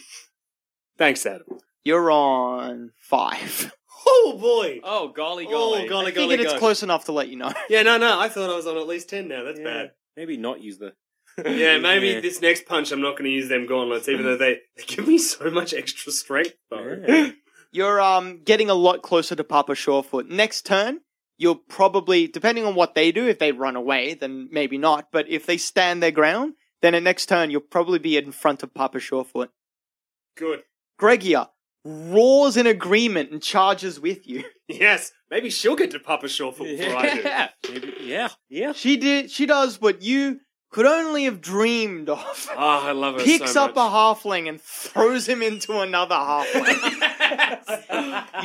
[SPEAKER 1] Thanks, Adam.
[SPEAKER 11] You're on 5.
[SPEAKER 1] Oh boy.
[SPEAKER 4] Oh, golly golly.
[SPEAKER 1] Oh golly,
[SPEAKER 11] I
[SPEAKER 1] golly,
[SPEAKER 11] figured it's
[SPEAKER 1] golly.
[SPEAKER 11] close enough to let you know.
[SPEAKER 1] Yeah, no, no. I thought I was on at least ten now. That's bad.
[SPEAKER 12] Maybe not use the.
[SPEAKER 1] Yeah, maybe
[SPEAKER 12] Yeah.
[SPEAKER 1] this next punch I'm not going to use them gauntlets, even though they, they give me so much extra strength. Though.
[SPEAKER 11] You're um getting a lot closer to Papa Surefoot. Next turn, you'll probably, depending on what they do, if they run away, then maybe not. But if they stand their ground, then at next turn, you'll probably be in front of Papa Shorefoot.
[SPEAKER 1] Good.
[SPEAKER 11] Gregia roars in agreement and charges with you.
[SPEAKER 1] Yes, maybe she'll get to Papa Shaw for before I do.
[SPEAKER 11] yeah, yeah. She did. She does what you could only have dreamed of.
[SPEAKER 1] Ah, I love her
[SPEAKER 11] Picks
[SPEAKER 1] so
[SPEAKER 11] up a
[SPEAKER 1] much.
[SPEAKER 11] halfling and throws him into another halfling.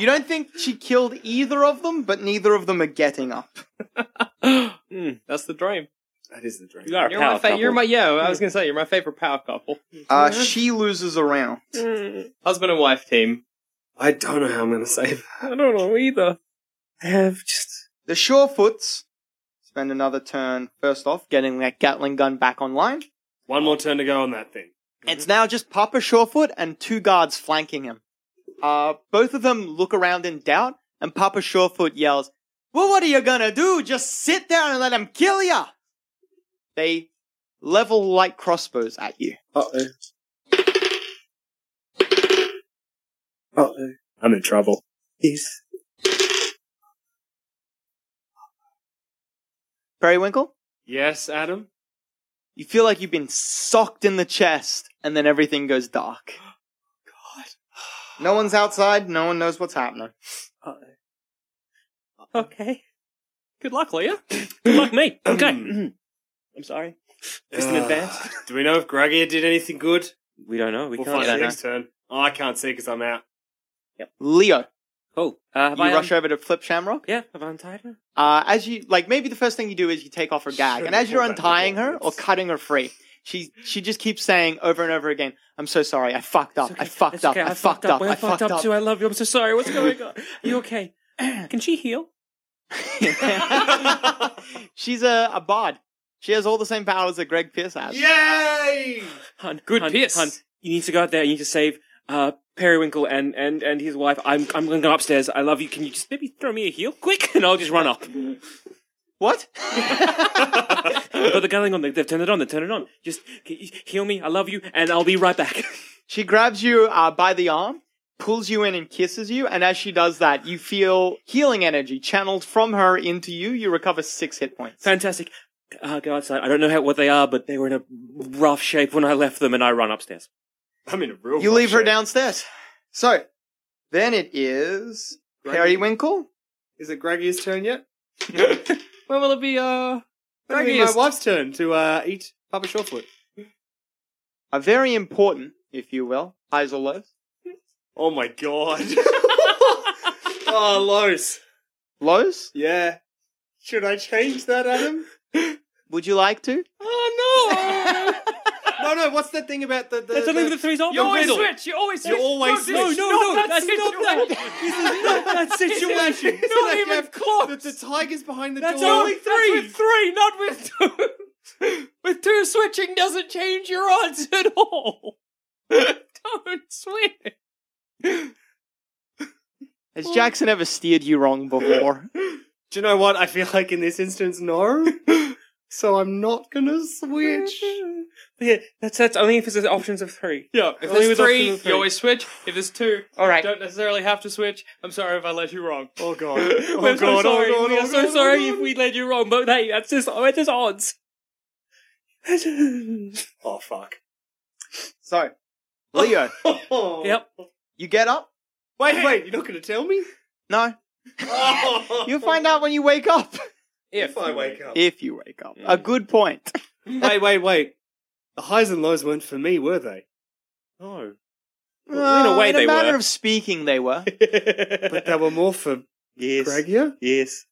[SPEAKER 11] you don't think she killed either of them, but neither of them are getting up.
[SPEAKER 4] Mm, that's the dream.
[SPEAKER 1] That is the dream.
[SPEAKER 4] You are
[SPEAKER 11] You're
[SPEAKER 4] my
[SPEAKER 11] my fa-
[SPEAKER 4] You're my yeah. I was gonna say you're my favorite power couple.
[SPEAKER 11] Uh, she loses a round.
[SPEAKER 4] Husband and wife team.
[SPEAKER 1] I don't know how I'm gonna save.
[SPEAKER 4] I don't know either.
[SPEAKER 11] I have just the Surefoots spend another turn. First off, getting that Gatling gun back online.
[SPEAKER 1] One more turn to go on that thing.
[SPEAKER 11] It's now just Papa Shorefoot and two guards flanking him. Uh, both of them look around in doubt, and Papa Shorefoot yells, Well, what are you gonna do? Just sit down and let him kill ya! They level light crossbows at you.
[SPEAKER 1] Uh oh. Uh oh. I'm in trouble. Yes.
[SPEAKER 11] Periwinkle,
[SPEAKER 1] Yes, Adam.
[SPEAKER 11] you feel like you've been socked in the chest, and then everything goes dark. God. No one's outside, no one knows what's happening.
[SPEAKER 4] Okay. Good luck, Leah.
[SPEAKER 13] Good luck, me. Okay. Mm-hmm. I'm sorry. Just in
[SPEAKER 1] Uh,
[SPEAKER 13] advance.
[SPEAKER 1] Do we know if Gragia did anything good?
[SPEAKER 13] We don't know. We
[SPEAKER 1] we'll
[SPEAKER 13] can't.
[SPEAKER 1] find
[SPEAKER 13] I
[SPEAKER 1] out
[SPEAKER 13] don't
[SPEAKER 1] next turn. Oh, I can't see because I'm out.
[SPEAKER 11] Leo,
[SPEAKER 13] know. Cool. Uh, have
[SPEAKER 11] you
[SPEAKER 13] I,
[SPEAKER 11] rush
[SPEAKER 13] um,
[SPEAKER 11] over to Flip Shamrock.
[SPEAKER 13] Yeah, have I untied her?
[SPEAKER 11] Uh, as you like, maybe the first thing you do is you take off her gag,
[SPEAKER 1] Sure,
[SPEAKER 11] and as you're
[SPEAKER 1] hold that
[SPEAKER 11] untying
[SPEAKER 1] before
[SPEAKER 11] her or cutting her free, she she just keeps saying over and over again, "I'm so sorry, I fucked up, I fucked
[SPEAKER 13] It's
[SPEAKER 11] up,
[SPEAKER 13] okay,
[SPEAKER 11] I fucked up,
[SPEAKER 13] Well,
[SPEAKER 11] I fucked up."
[SPEAKER 13] too. I love you. I'm so sorry. What's going on? Are you okay? Can she heal?
[SPEAKER 11] She's a, a bod. She has all the same powers that Greg Pierce has.
[SPEAKER 1] Yay!
[SPEAKER 13] Hun,
[SPEAKER 4] Good
[SPEAKER 13] hun,
[SPEAKER 4] piss.
[SPEAKER 13] Hun, you need to go out there. You need to save uh, Periwinkle and, and, and his wife. I'm I'm going to go upstairs. I love you. Can you just maybe throw me a heel quick? And I'll just run up.
[SPEAKER 11] What?
[SPEAKER 13] I've got the gun on. They- They've turned it on. They've turned it on. Just c- heal me. I love you. And I'll be right back.
[SPEAKER 11] She grabs you uh, by the arm, pulls you in, and kisses you. And as she does that, you feel healing energy channeled from her into you. You recover six hit points.
[SPEAKER 13] Fantastic. Uh, go outside. I don't know how, what they are, but they were in a rough shape when I left them, and I run upstairs.
[SPEAKER 1] I'm in a real.
[SPEAKER 11] You
[SPEAKER 1] rough
[SPEAKER 11] leave her
[SPEAKER 1] shape.
[SPEAKER 11] downstairs. So then it is
[SPEAKER 1] Greggy.
[SPEAKER 11] Periwinkle.
[SPEAKER 1] Is it Gragia's turn yet?
[SPEAKER 4] When will it be? Uh,
[SPEAKER 1] That'd be my wife's turn to uh, eat Papa Shawfoot.
[SPEAKER 11] A very important, if you will, highs or lows.
[SPEAKER 1] Oh my god. oh, Lois.
[SPEAKER 11] Lows?
[SPEAKER 1] Yeah. Should I change that, Adam?
[SPEAKER 11] Would you like to?
[SPEAKER 1] oh no! no, no. What's that thing about the? the
[SPEAKER 13] That's only with the threes.
[SPEAKER 1] You're always
[SPEAKER 13] switch. You always
[SPEAKER 1] You always switch.
[SPEAKER 13] No, no, no. That's not that. This is not that
[SPEAKER 1] Situation.
[SPEAKER 13] situation.
[SPEAKER 1] It's
[SPEAKER 13] Not
[SPEAKER 1] like you
[SPEAKER 13] even
[SPEAKER 1] have-
[SPEAKER 13] close.
[SPEAKER 1] The, the tiger's behind the
[SPEAKER 13] That's
[SPEAKER 1] door.
[SPEAKER 13] only three. with three, not with two. with two, switching doesn't change your odds at all. Don't switch.
[SPEAKER 11] Has Jackson ever steered you wrong before?
[SPEAKER 1] Do you know what? I feel like in this instance, no. so I'm not gonna switch.
[SPEAKER 13] Yeah, that's that's only if there's options of three.
[SPEAKER 4] Yeah, if
[SPEAKER 13] Only
[SPEAKER 4] there's
[SPEAKER 13] with
[SPEAKER 4] three,
[SPEAKER 13] option of three.
[SPEAKER 4] you always switch. If there's two,
[SPEAKER 11] All right.
[SPEAKER 4] you don't necessarily have to switch. I'm sorry if I led you wrong.
[SPEAKER 1] Oh god. Oh
[SPEAKER 13] We're so
[SPEAKER 1] god.
[SPEAKER 13] sorry.
[SPEAKER 1] Oh god.
[SPEAKER 13] we
[SPEAKER 1] oh
[SPEAKER 13] are
[SPEAKER 1] God,
[SPEAKER 13] so
[SPEAKER 1] oh
[SPEAKER 13] sorry
[SPEAKER 1] God.
[SPEAKER 13] if we led you wrong, but hey, that's just oh, it's just odds.
[SPEAKER 1] Oh fuck.
[SPEAKER 11] So, Leo,
[SPEAKER 13] Yep.
[SPEAKER 11] you get up?
[SPEAKER 1] Wait, wait. You're not gonna tell me?
[SPEAKER 11] No.
[SPEAKER 1] Oh.
[SPEAKER 11] You'll find out when you wake up.
[SPEAKER 1] if I wake
[SPEAKER 13] Oh.
[SPEAKER 1] up.
[SPEAKER 11] If you wake up. A good point.
[SPEAKER 1] wait, wait, wait. The highs and lows weren't for me, were they?
[SPEAKER 13] No.
[SPEAKER 11] Uh,
[SPEAKER 13] way
[SPEAKER 11] in a
[SPEAKER 13] they
[SPEAKER 11] matter
[SPEAKER 13] were.
[SPEAKER 11] of speaking, they were.
[SPEAKER 1] But they were more for
[SPEAKER 13] Yes.
[SPEAKER 1] Gregia?
[SPEAKER 13] Yes.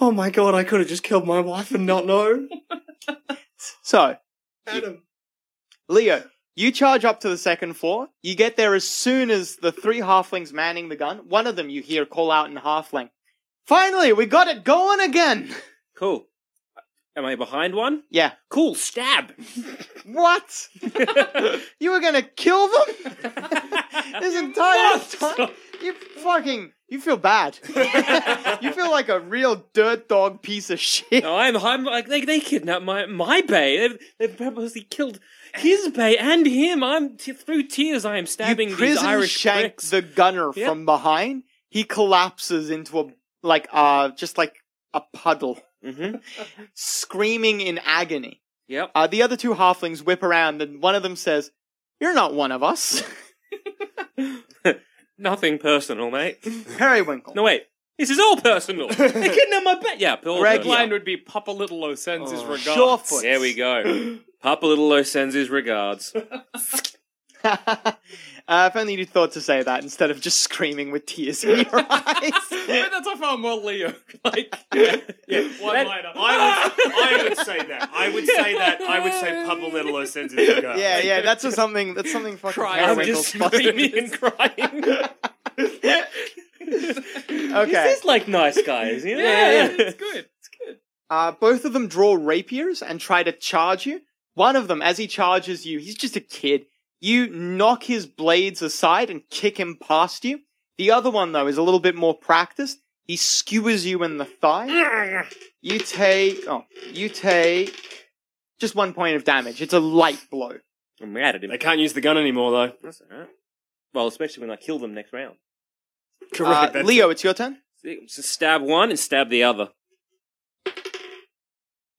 [SPEAKER 1] Oh my god, I could have just killed my wife and not known.
[SPEAKER 11] So,
[SPEAKER 1] Adam.
[SPEAKER 11] Leo, you charge up to the second floor. You get there as soon as the three halflings manning the gun. One of them you hear call out in halfling. Finally, we got it going again.
[SPEAKER 13] Cool. Am I behind one?
[SPEAKER 11] Yeah.
[SPEAKER 13] Cool. Stab.
[SPEAKER 11] What? you were gonna kill them? this entire time? You fucking. You feel bad. you feel like a real dirt dog piece of shit.
[SPEAKER 13] No, I'm, I'm like they, they kidnapped my my bay. They've, they've purposely killed his bay and him. I'm t- through tears. I am stabbing
[SPEAKER 11] you
[SPEAKER 13] these
[SPEAKER 11] prison
[SPEAKER 13] Irish
[SPEAKER 11] shank
[SPEAKER 13] pricks.
[SPEAKER 11] the gunner
[SPEAKER 13] Yep.
[SPEAKER 11] from behind. He collapses into a like uh just like a puddle,
[SPEAKER 13] Mm-hmm.
[SPEAKER 11] screaming in agony.
[SPEAKER 12] Yep.
[SPEAKER 11] Uh, the other two halflings whip around, and one of them says, "You're not one of us."
[SPEAKER 12] Nothing personal, mate.
[SPEAKER 11] Periwinkle.
[SPEAKER 12] No, wait. This is all personal. they kidnapped my bet. Yeah, Bill.
[SPEAKER 4] Red
[SPEAKER 12] Bill.
[SPEAKER 4] line would be Papa Little O sends
[SPEAKER 11] Oh.
[SPEAKER 4] his regards.
[SPEAKER 12] There we go. Papa Little O sends his regards.
[SPEAKER 11] Uh, if only you'd thought to say that instead of just screaming with tears in your eyes.
[SPEAKER 4] but that's I found more Leo. Like,
[SPEAKER 1] Yeah, one liner. I would, I would say that. I would say that. I would say Pablo Little sends it to go.
[SPEAKER 11] Yeah, yeah, that's just something. That's something fucking
[SPEAKER 1] Crying. I'm just
[SPEAKER 11] Periwinkle's fucking-
[SPEAKER 12] and crying.
[SPEAKER 11] Okay.
[SPEAKER 12] This is like nice guys. You know?
[SPEAKER 4] good.
[SPEAKER 11] Uh, both of them draw rapiers and try to charge you. One of them, as he charges you, he's just a kid. You knock his blades aside and kick him past you. The other one, though, is a little bit more practiced. He skewers you in the thigh. You take, oh, you take just one point of damage. It's a light blow.
[SPEAKER 12] I'm mad at him.
[SPEAKER 1] They can't use the gun anymore, though.
[SPEAKER 12] That's all right. Well, especially when I kill them next round.
[SPEAKER 11] Uh,
[SPEAKER 1] that's
[SPEAKER 11] Leo, it's your turn.
[SPEAKER 12] See, Just stab one and stab the other.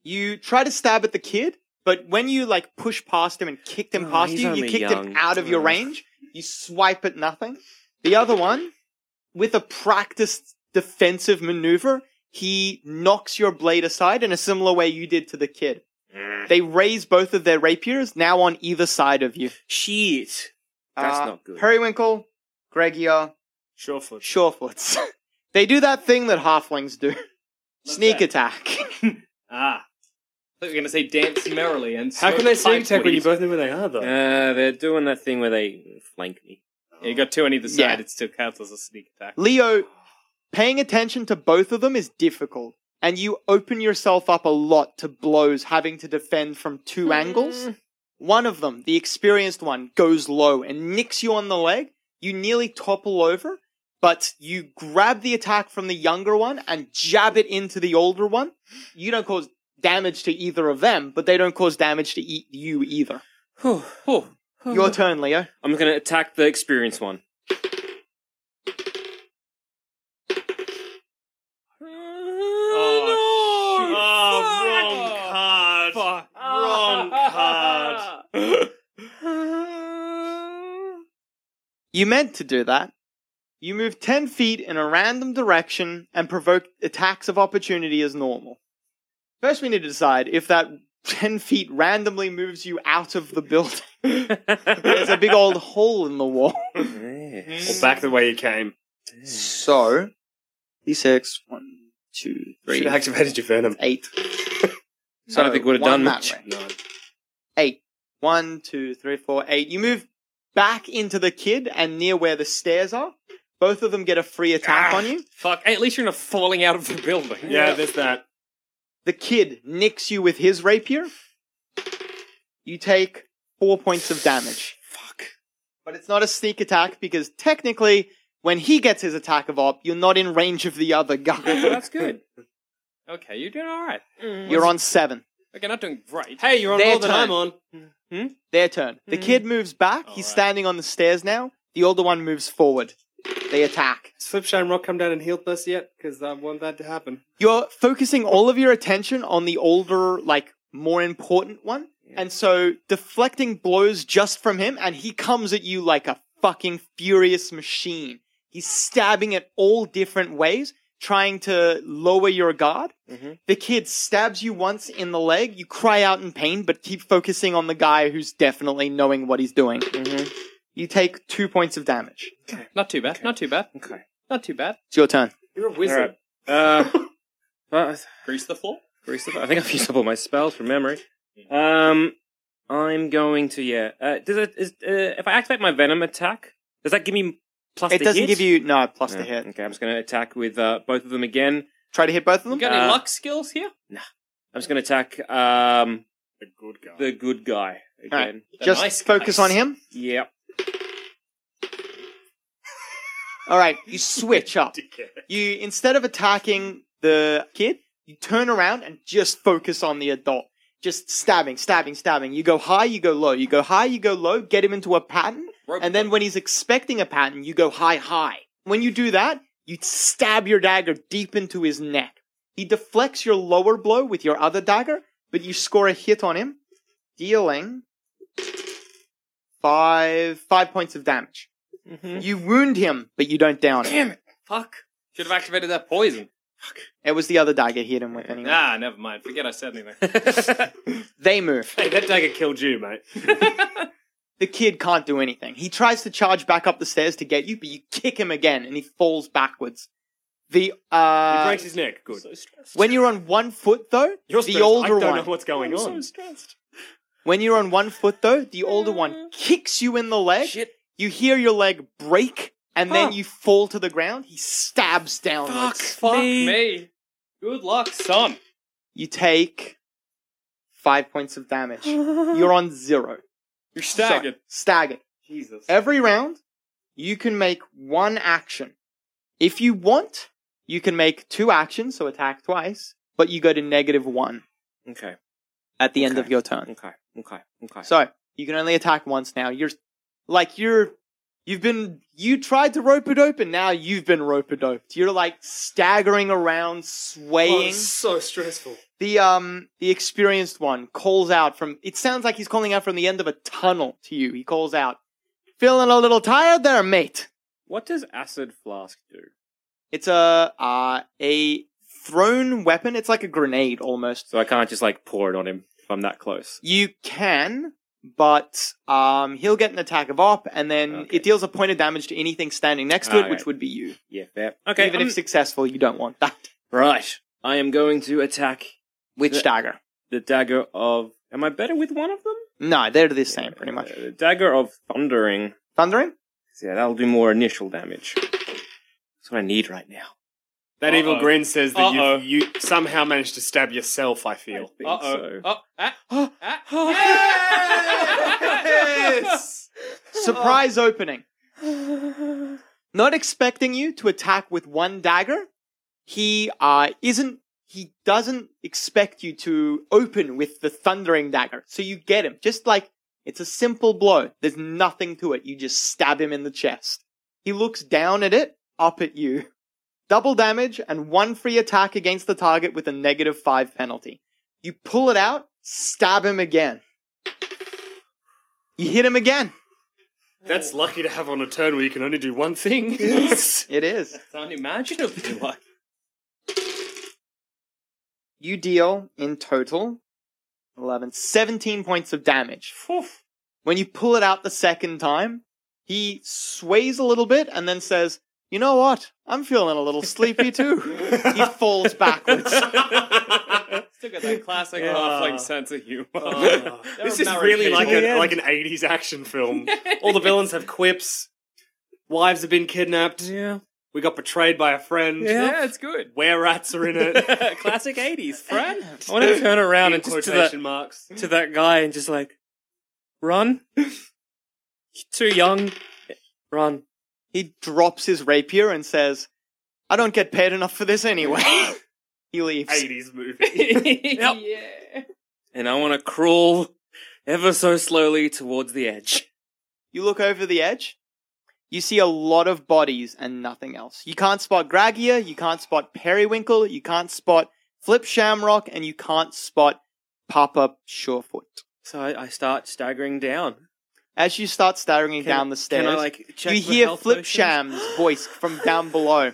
[SPEAKER 11] You try to stab at the kid, but when you like push past him and kicked him
[SPEAKER 12] Oh,
[SPEAKER 11] past
[SPEAKER 12] he's
[SPEAKER 11] you, you
[SPEAKER 12] only
[SPEAKER 11] kicked him
[SPEAKER 12] young.
[SPEAKER 11] out of your
[SPEAKER 12] Oh.
[SPEAKER 11] range. You swipe at nothing. The other one, with a practiced defensive maneuver, he knocks your blade aside in a similar way you did to the kid. They raise both of their rapiers now on either side of you.
[SPEAKER 12] Shit. That's
[SPEAKER 11] Uh,
[SPEAKER 12] not good.
[SPEAKER 11] Periwinkle, Gregia,
[SPEAKER 1] Surefoot.
[SPEAKER 11] Surefoots. they do that thing that halflings do. Sneak
[SPEAKER 4] that?
[SPEAKER 11] attack.
[SPEAKER 4] Ah. I thought you were going to say dance merrily and
[SPEAKER 1] How
[SPEAKER 4] smoke
[SPEAKER 1] can they sneak
[SPEAKER 4] pipe
[SPEAKER 1] attack when you
[SPEAKER 4] weed.
[SPEAKER 1] both know where they are, though?
[SPEAKER 12] Uh, they're doing that thing where they flank me.
[SPEAKER 4] Yeah, you got two on either side,
[SPEAKER 11] Yeah.
[SPEAKER 4] it still counts as a sneak attack.
[SPEAKER 11] Leo, paying attention to both of them is difficult, and you open yourself up a lot to blows having to defend from two angles. One of them, the experienced one, goes low and nicks you on the leg. You nearly topple over, but you grab the attack from the younger one and jab it into the older one. You don't cause damage to either of them, but they don't cause damage to e- you either.
[SPEAKER 12] Whew, whew.
[SPEAKER 1] Oh
[SPEAKER 11] Your turn, Leo.
[SPEAKER 12] I'm going to attack the experienced one.
[SPEAKER 1] Oh, shit. Oh, wrong card.
[SPEAKER 4] Oh,
[SPEAKER 1] Wrong card.
[SPEAKER 11] You meant to do that. You move 10 feet in a random direction and provoke attacks of opportunity as normal. First, we need to decide if that 10 feet randomly moves you out of the building. There's a big old hole in the wall.
[SPEAKER 1] Or back the way you came.
[SPEAKER 11] So, d6, one, two, three,
[SPEAKER 1] Should have activated your venom.
[SPEAKER 11] eight.
[SPEAKER 12] So I don't think we'd have
[SPEAKER 11] one
[SPEAKER 12] done
[SPEAKER 11] that
[SPEAKER 12] much.
[SPEAKER 11] way.
[SPEAKER 1] No.
[SPEAKER 11] eight. One, two, three, four, eight. You move back into the kid and near where the stairs are. Both of them get a free attack
[SPEAKER 12] Ah.
[SPEAKER 11] on you.
[SPEAKER 4] Fuck, hey, at least you're not falling out of the building.
[SPEAKER 1] Yeah, there's that.
[SPEAKER 11] The kid nicks you with his rapier. You take four points of damage. Fuck. But it's not a sneak attack because technically, when he gets his attack of op, you're not in range of the other guy.
[SPEAKER 4] That's good. Okay, you're doing alright.
[SPEAKER 12] Mm.
[SPEAKER 11] you're on seven.
[SPEAKER 4] Okay, not doing great.
[SPEAKER 1] Hey, you're on
[SPEAKER 11] Their
[SPEAKER 1] all the
[SPEAKER 11] turn.
[SPEAKER 1] time on.
[SPEAKER 11] Their turn. The kid moves back. He's standing on the stairs now. The older one moves forward. They attack.
[SPEAKER 1] Slip Shine Rock come down and healed us yet? Because
[SPEAKER 12] uh,
[SPEAKER 1] I want that to happen.
[SPEAKER 11] You're focusing all of your attention on the older, like, more important one. And so deflecting blows just from him, and he comes at you like a fucking furious machine. He's stabbing it all different ways, trying to lower your guard.
[SPEAKER 12] Mm-hmm.
[SPEAKER 11] The kid stabs you once in the leg. You cry out in pain, but keep focusing on the guy who's definitely knowing what he's doing.
[SPEAKER 12] Mm-hmm.
[SPEAKER 11] You take two points of damage.
[SPEAKER 4] Not too bad, not too bad. Okay. Not too bad.
[SPEAKER 11] It's your turn.
[SPEAKER 1] You're a wizard.
[SPEAKER 12] Uh, uh,
[SPEAKER 4] Grease the floor.
[SPEAKER 12] Grease the- I think I've used up all my spells from memory. Um, I'm going to yeah. Uh, does it is uh, if I activate my venom attack? Does that give me plus?
[SPEAKER 11] It
[SPEAKER 12] to
[SPEAKER 11] doesn't
[SPEAKER 12] hit?
[SPEAKER 11] give you no plus
[SPEAKER 12] Yeah,
[SPEAKER 11] to hit.
[SPEAKER 12] Okay, I'm just going to attack with uh, both of them again.
[SPEAKER 11] Try to hit both of
[SPEAKER 4] You
[SPEAKER 11] them.
[SPEAKER 4] got any
[SPEAKER 12] Uh,
[SPEAKER 4] luck skills here?
[SPEAKER 12] I'm just going to attack um
[SPEAKER 1] The good guy.
[SPEAKER 12] the good guy again.
[SPEAKER 11] All right.
[SPEAKER 4] The
[SPEAKER 11] Just
[SPEAKER 4] nice
[SPEAKER 11] focus
[SPEAKER 4] guys.
[SPEAKER 11] on him.
[SPEAKER 12] Yep.
[SPEAKER 11] All right, you switch up. You instead of attacking the kid, you turn around and just focus on the adult. Just stabbing, stabbing, stabbing. You go high, you go low. You go high, you go low. Get him into a pattern,
[SPEAKER 4] Rope
[SPEAKER 11] and then when he's expecting a pattern, you go high, high. When you do that, You stab your dagger deep into his neck. He deflects your lower blow with your other dagger, but you score a hit on him, dealing five five points of damage.
[SPEAKER 1] Mm-hmm.
[SPEAKER 11] You wound him, but you don't down him.
[SPEAKER 4] Damn it! Fuck. Should have activated that poison.
[SPEAKER 11] It was the other dagger he hit him with anyway.
[SPEAKER 4] Ah, never mind. Forget I said anything.
[SPEAKER 11] They move.
[SPEAKER 1] Hey, that dagger killed you, mate.
[SPEAKER 11] The kid can't do anything. He tries to charge back up the stairs to get you, but you kick him again and he falls backwards. The uh
[SPEAKER 1] he breaks his neck. Good.
[SPEAKER 11] when you're on one foot though,
[SPEAKER 1] You're
[SPEAKER 11] the
[SPEAKER 1] stressed.
[SPEAKER 11] older
[SPEAKER 1] I don't
[SPEAKER 11] one
[SPEAKER 1] know what's going
[SPEAKER 4] I'm so
[SPEAKER 1] on.
[SPEAKER 4] stressed.
[SPEAKER 11] When you're on one foot, though, the older one kicks you in the leg.
[SPEAKER 12] Shit.
[SPEAKER 11] You hear your leg break, and then
[SPEAKER 12] Huh.
[SPEAKER 11] you fall to the ground. He stabs down.
[SPEAKER 4] Fuck me. Good luck, son.
[SPEAKER 11] You take five points of damage. you're on zero.
[SPEAKER 4] You're
[SPEAKER 11] Sorry,
[SPEAKER 4] staggered.
[SPEAKER 11] staggered.
[SPEAKER 1] Jesus.
[SPEAKER 11] Every round, you can make one action. If you want, you can make two actions, so attack twice, but you go to negative one
[SPEAKER 12] Okay.
[SPEAKER 11] at the end of your turn.
[SPEAKER 12] Okay. Okay. Okay.
[SPEAKER 11] So you can only attack once now. You're like you're you've been you tried to rope it open. Now you've been rope it doped. You're like staggering around,
[SPEAKER 1] Oh,
[SPEAKER 11] swaying.
[SPEAKER 1] it's so stressful.
[SPEAKER 11] the um the experienced one calls out from. It sounds like he's calling out from the end of a tunnel to you. He calls out, "Feeling a little tired there, mate."
[SPEAKER 4] What does acid flask do?
[SPEAKER 11] It's a uh a thrown weapon. It's like a grenade almost.
[SPEAKER 4] So I can't just like pour it on him if I'm that close.
[SPEAKER 11] You can, but um, he'll get an attack of op, and then
[SPEAKER 4] Okay.
[SPEAKER 11] it deals a point of damage to anything standing next to it,
[SPEAKER 4] Ah,
[SPEAKER 11] which
[SPEAKER 4] right.
[SPEAKER 11] would be you.
[SPEAKER 4] Yeah, fair. Okay. um,
[SPEAKER 11] Even
[SPEAKER 4] I'm-
[SPEAKER 11] if successful, you don't want that.
[SPEAKER 4] right. I am going to attack
[SPEAKER 11] Which
[SPEAKER 4] The-
[SPEAKER 11] dagger?
[SPEAKER 4] the dagger of. Am I better with one of them?
[SPEAKER 11] No, they're the same, pretty much.
[SPEAKER 4] Uh, the dagger of thundering.
[SPEAKER 11] Thundering?
[SPEAKER 4] Yeah, that'll do more initial damage. That's what I need right now.
[SPEAKER 1] That evil
[SPEAKER 4] Uh-oh.
[SPEAKER 1] grin says that
[SPEAKER 4] Uh-oh.
[SPEAKER 1] you you somehow managed to stab yourself. I feel.
[SPEAKER 4] think
[SPEAKER 12] Uh-oh.
[SPEAKER 4] so.
[SPEAKER 12] Oh, ah, ah,
[SPEAKER 1] Yes!
[SPEAKER 11] Surprise opening. Not expecting you to attack with one dagger, he uh, isn't. He doesn't expect you to open with the thundering dagger, so you get him. Just like it's a simple blow. There's nothing to it. You just stab him in the chest. He looks down at it, up at you. Double damage and one free attack against the target with a negative five penalty. You pull it out, stab him again. You hit him again.
[SPEAKER 1] That's lucky to have on a turn where you can only do one thing.
[SPEAKER 11] It is.
[SPEAKER 4] unimaginably like.
[SPEAKER 11] You deal in total 11, 17 points of damage. When you pull it out the second time, he sways a little bit and then says, You know what? I'm feeling a little sleepy too. he falls backwards.
[SPEAKER 4] Still got that classic
[SPEAKER 1] Yeah.
[SPEAKER 4] halfling sense of humor.
[SPEAKER 1] Uh, this is really like
[SPEAKER 4] people.
[SPEAKER 1] a, like an eighties action film. All the villains have quips. Wives have been kidnapped.
[SPEAKER 4] yeah.
[SPEAKER 1] We got betrayed by a friend.
[SPEAKER 4] Yeah, it's good.
[SPEAKER 1] Where rats are in it.
[SPEAKER 4] classic 80s, friend.
[SPEAKER 12] I want to turn around
[SPEAKER 1] In
[SPEAKER 12] and just to
[SPEAKER 1] quotation
[SPEAKER 12] that,
[SPEAKER 1] marks.
[SPEAKER 12] to that guy and just like, run. You're too young. Run.
[SPEAKER 11] He drops his rapier and says, I don't get paid enough for this anyway. he leaves.
[SPEAKER 1] Eighties movie.
[SPEAKER 12] And I want to crawl ever so slowly towards the edge.
[SPEAKER 11] You look over the edge. You see a lot of bodies and nothing else. You can't spot Gragia, you can't spot Periwinkle, you can't spot Flip Shamrock, and you can't spot Papa Surefoot.
[SPEAKER 12] So I, I start staggering down.
[SPEAKER 11] As you start staggering
[SPEAKER 12] Can-
[SPEAKER 11] down the stairs,
[SPEAKER 12] Can I like check
[SPEAKER 11] you
[SPEAKER 12] for
[SPEAKER 11] hear
[SPEAKER 12] health
[SPEAKER 11] Flip
[SPEAKER 12] potions?
[SPEAKER 11] Sham's voice from down below.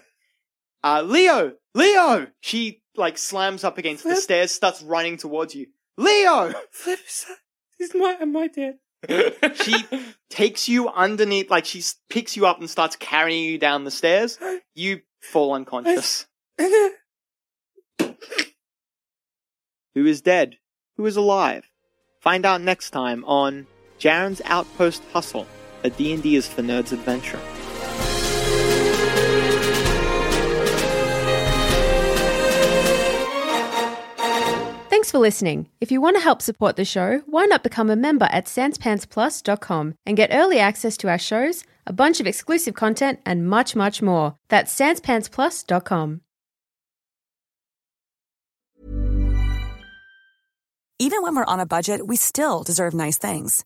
[SPEAKER 11] Uh, Leo! Leo! She like slams up against the
[SPEAKER 12] Flip?
[SPEAKER 11] stairs, starts running towards you. Leo!
[SPEAKER 12] Flip, is that- is my am I dead?
[SPEAKER 11] she takes you underneath, like she s- picks you up and starts carrying you down the stairs. You fall unconscious. Who is dead? Who is alive? Find out next time on Jaren's Outpost Hustle, a D&D is for nerds adventure.
[SPEAKER 14] Thanks for listening. If you want to help support the show, why not become a member at sanspantsplus.com and get early access to our shows, a bunch of exclusive content, and much, much more. That's sanspantsplus.com.
[SPEAKER 15] Even when we're on a budget, we still deserve nice things.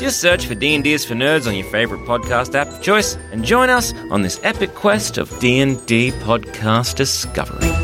[SPEAKER 13] Just search for D&D is for Nerds on your favorite podcast app of choice and join us on this epic quest of D&D podcast discovery.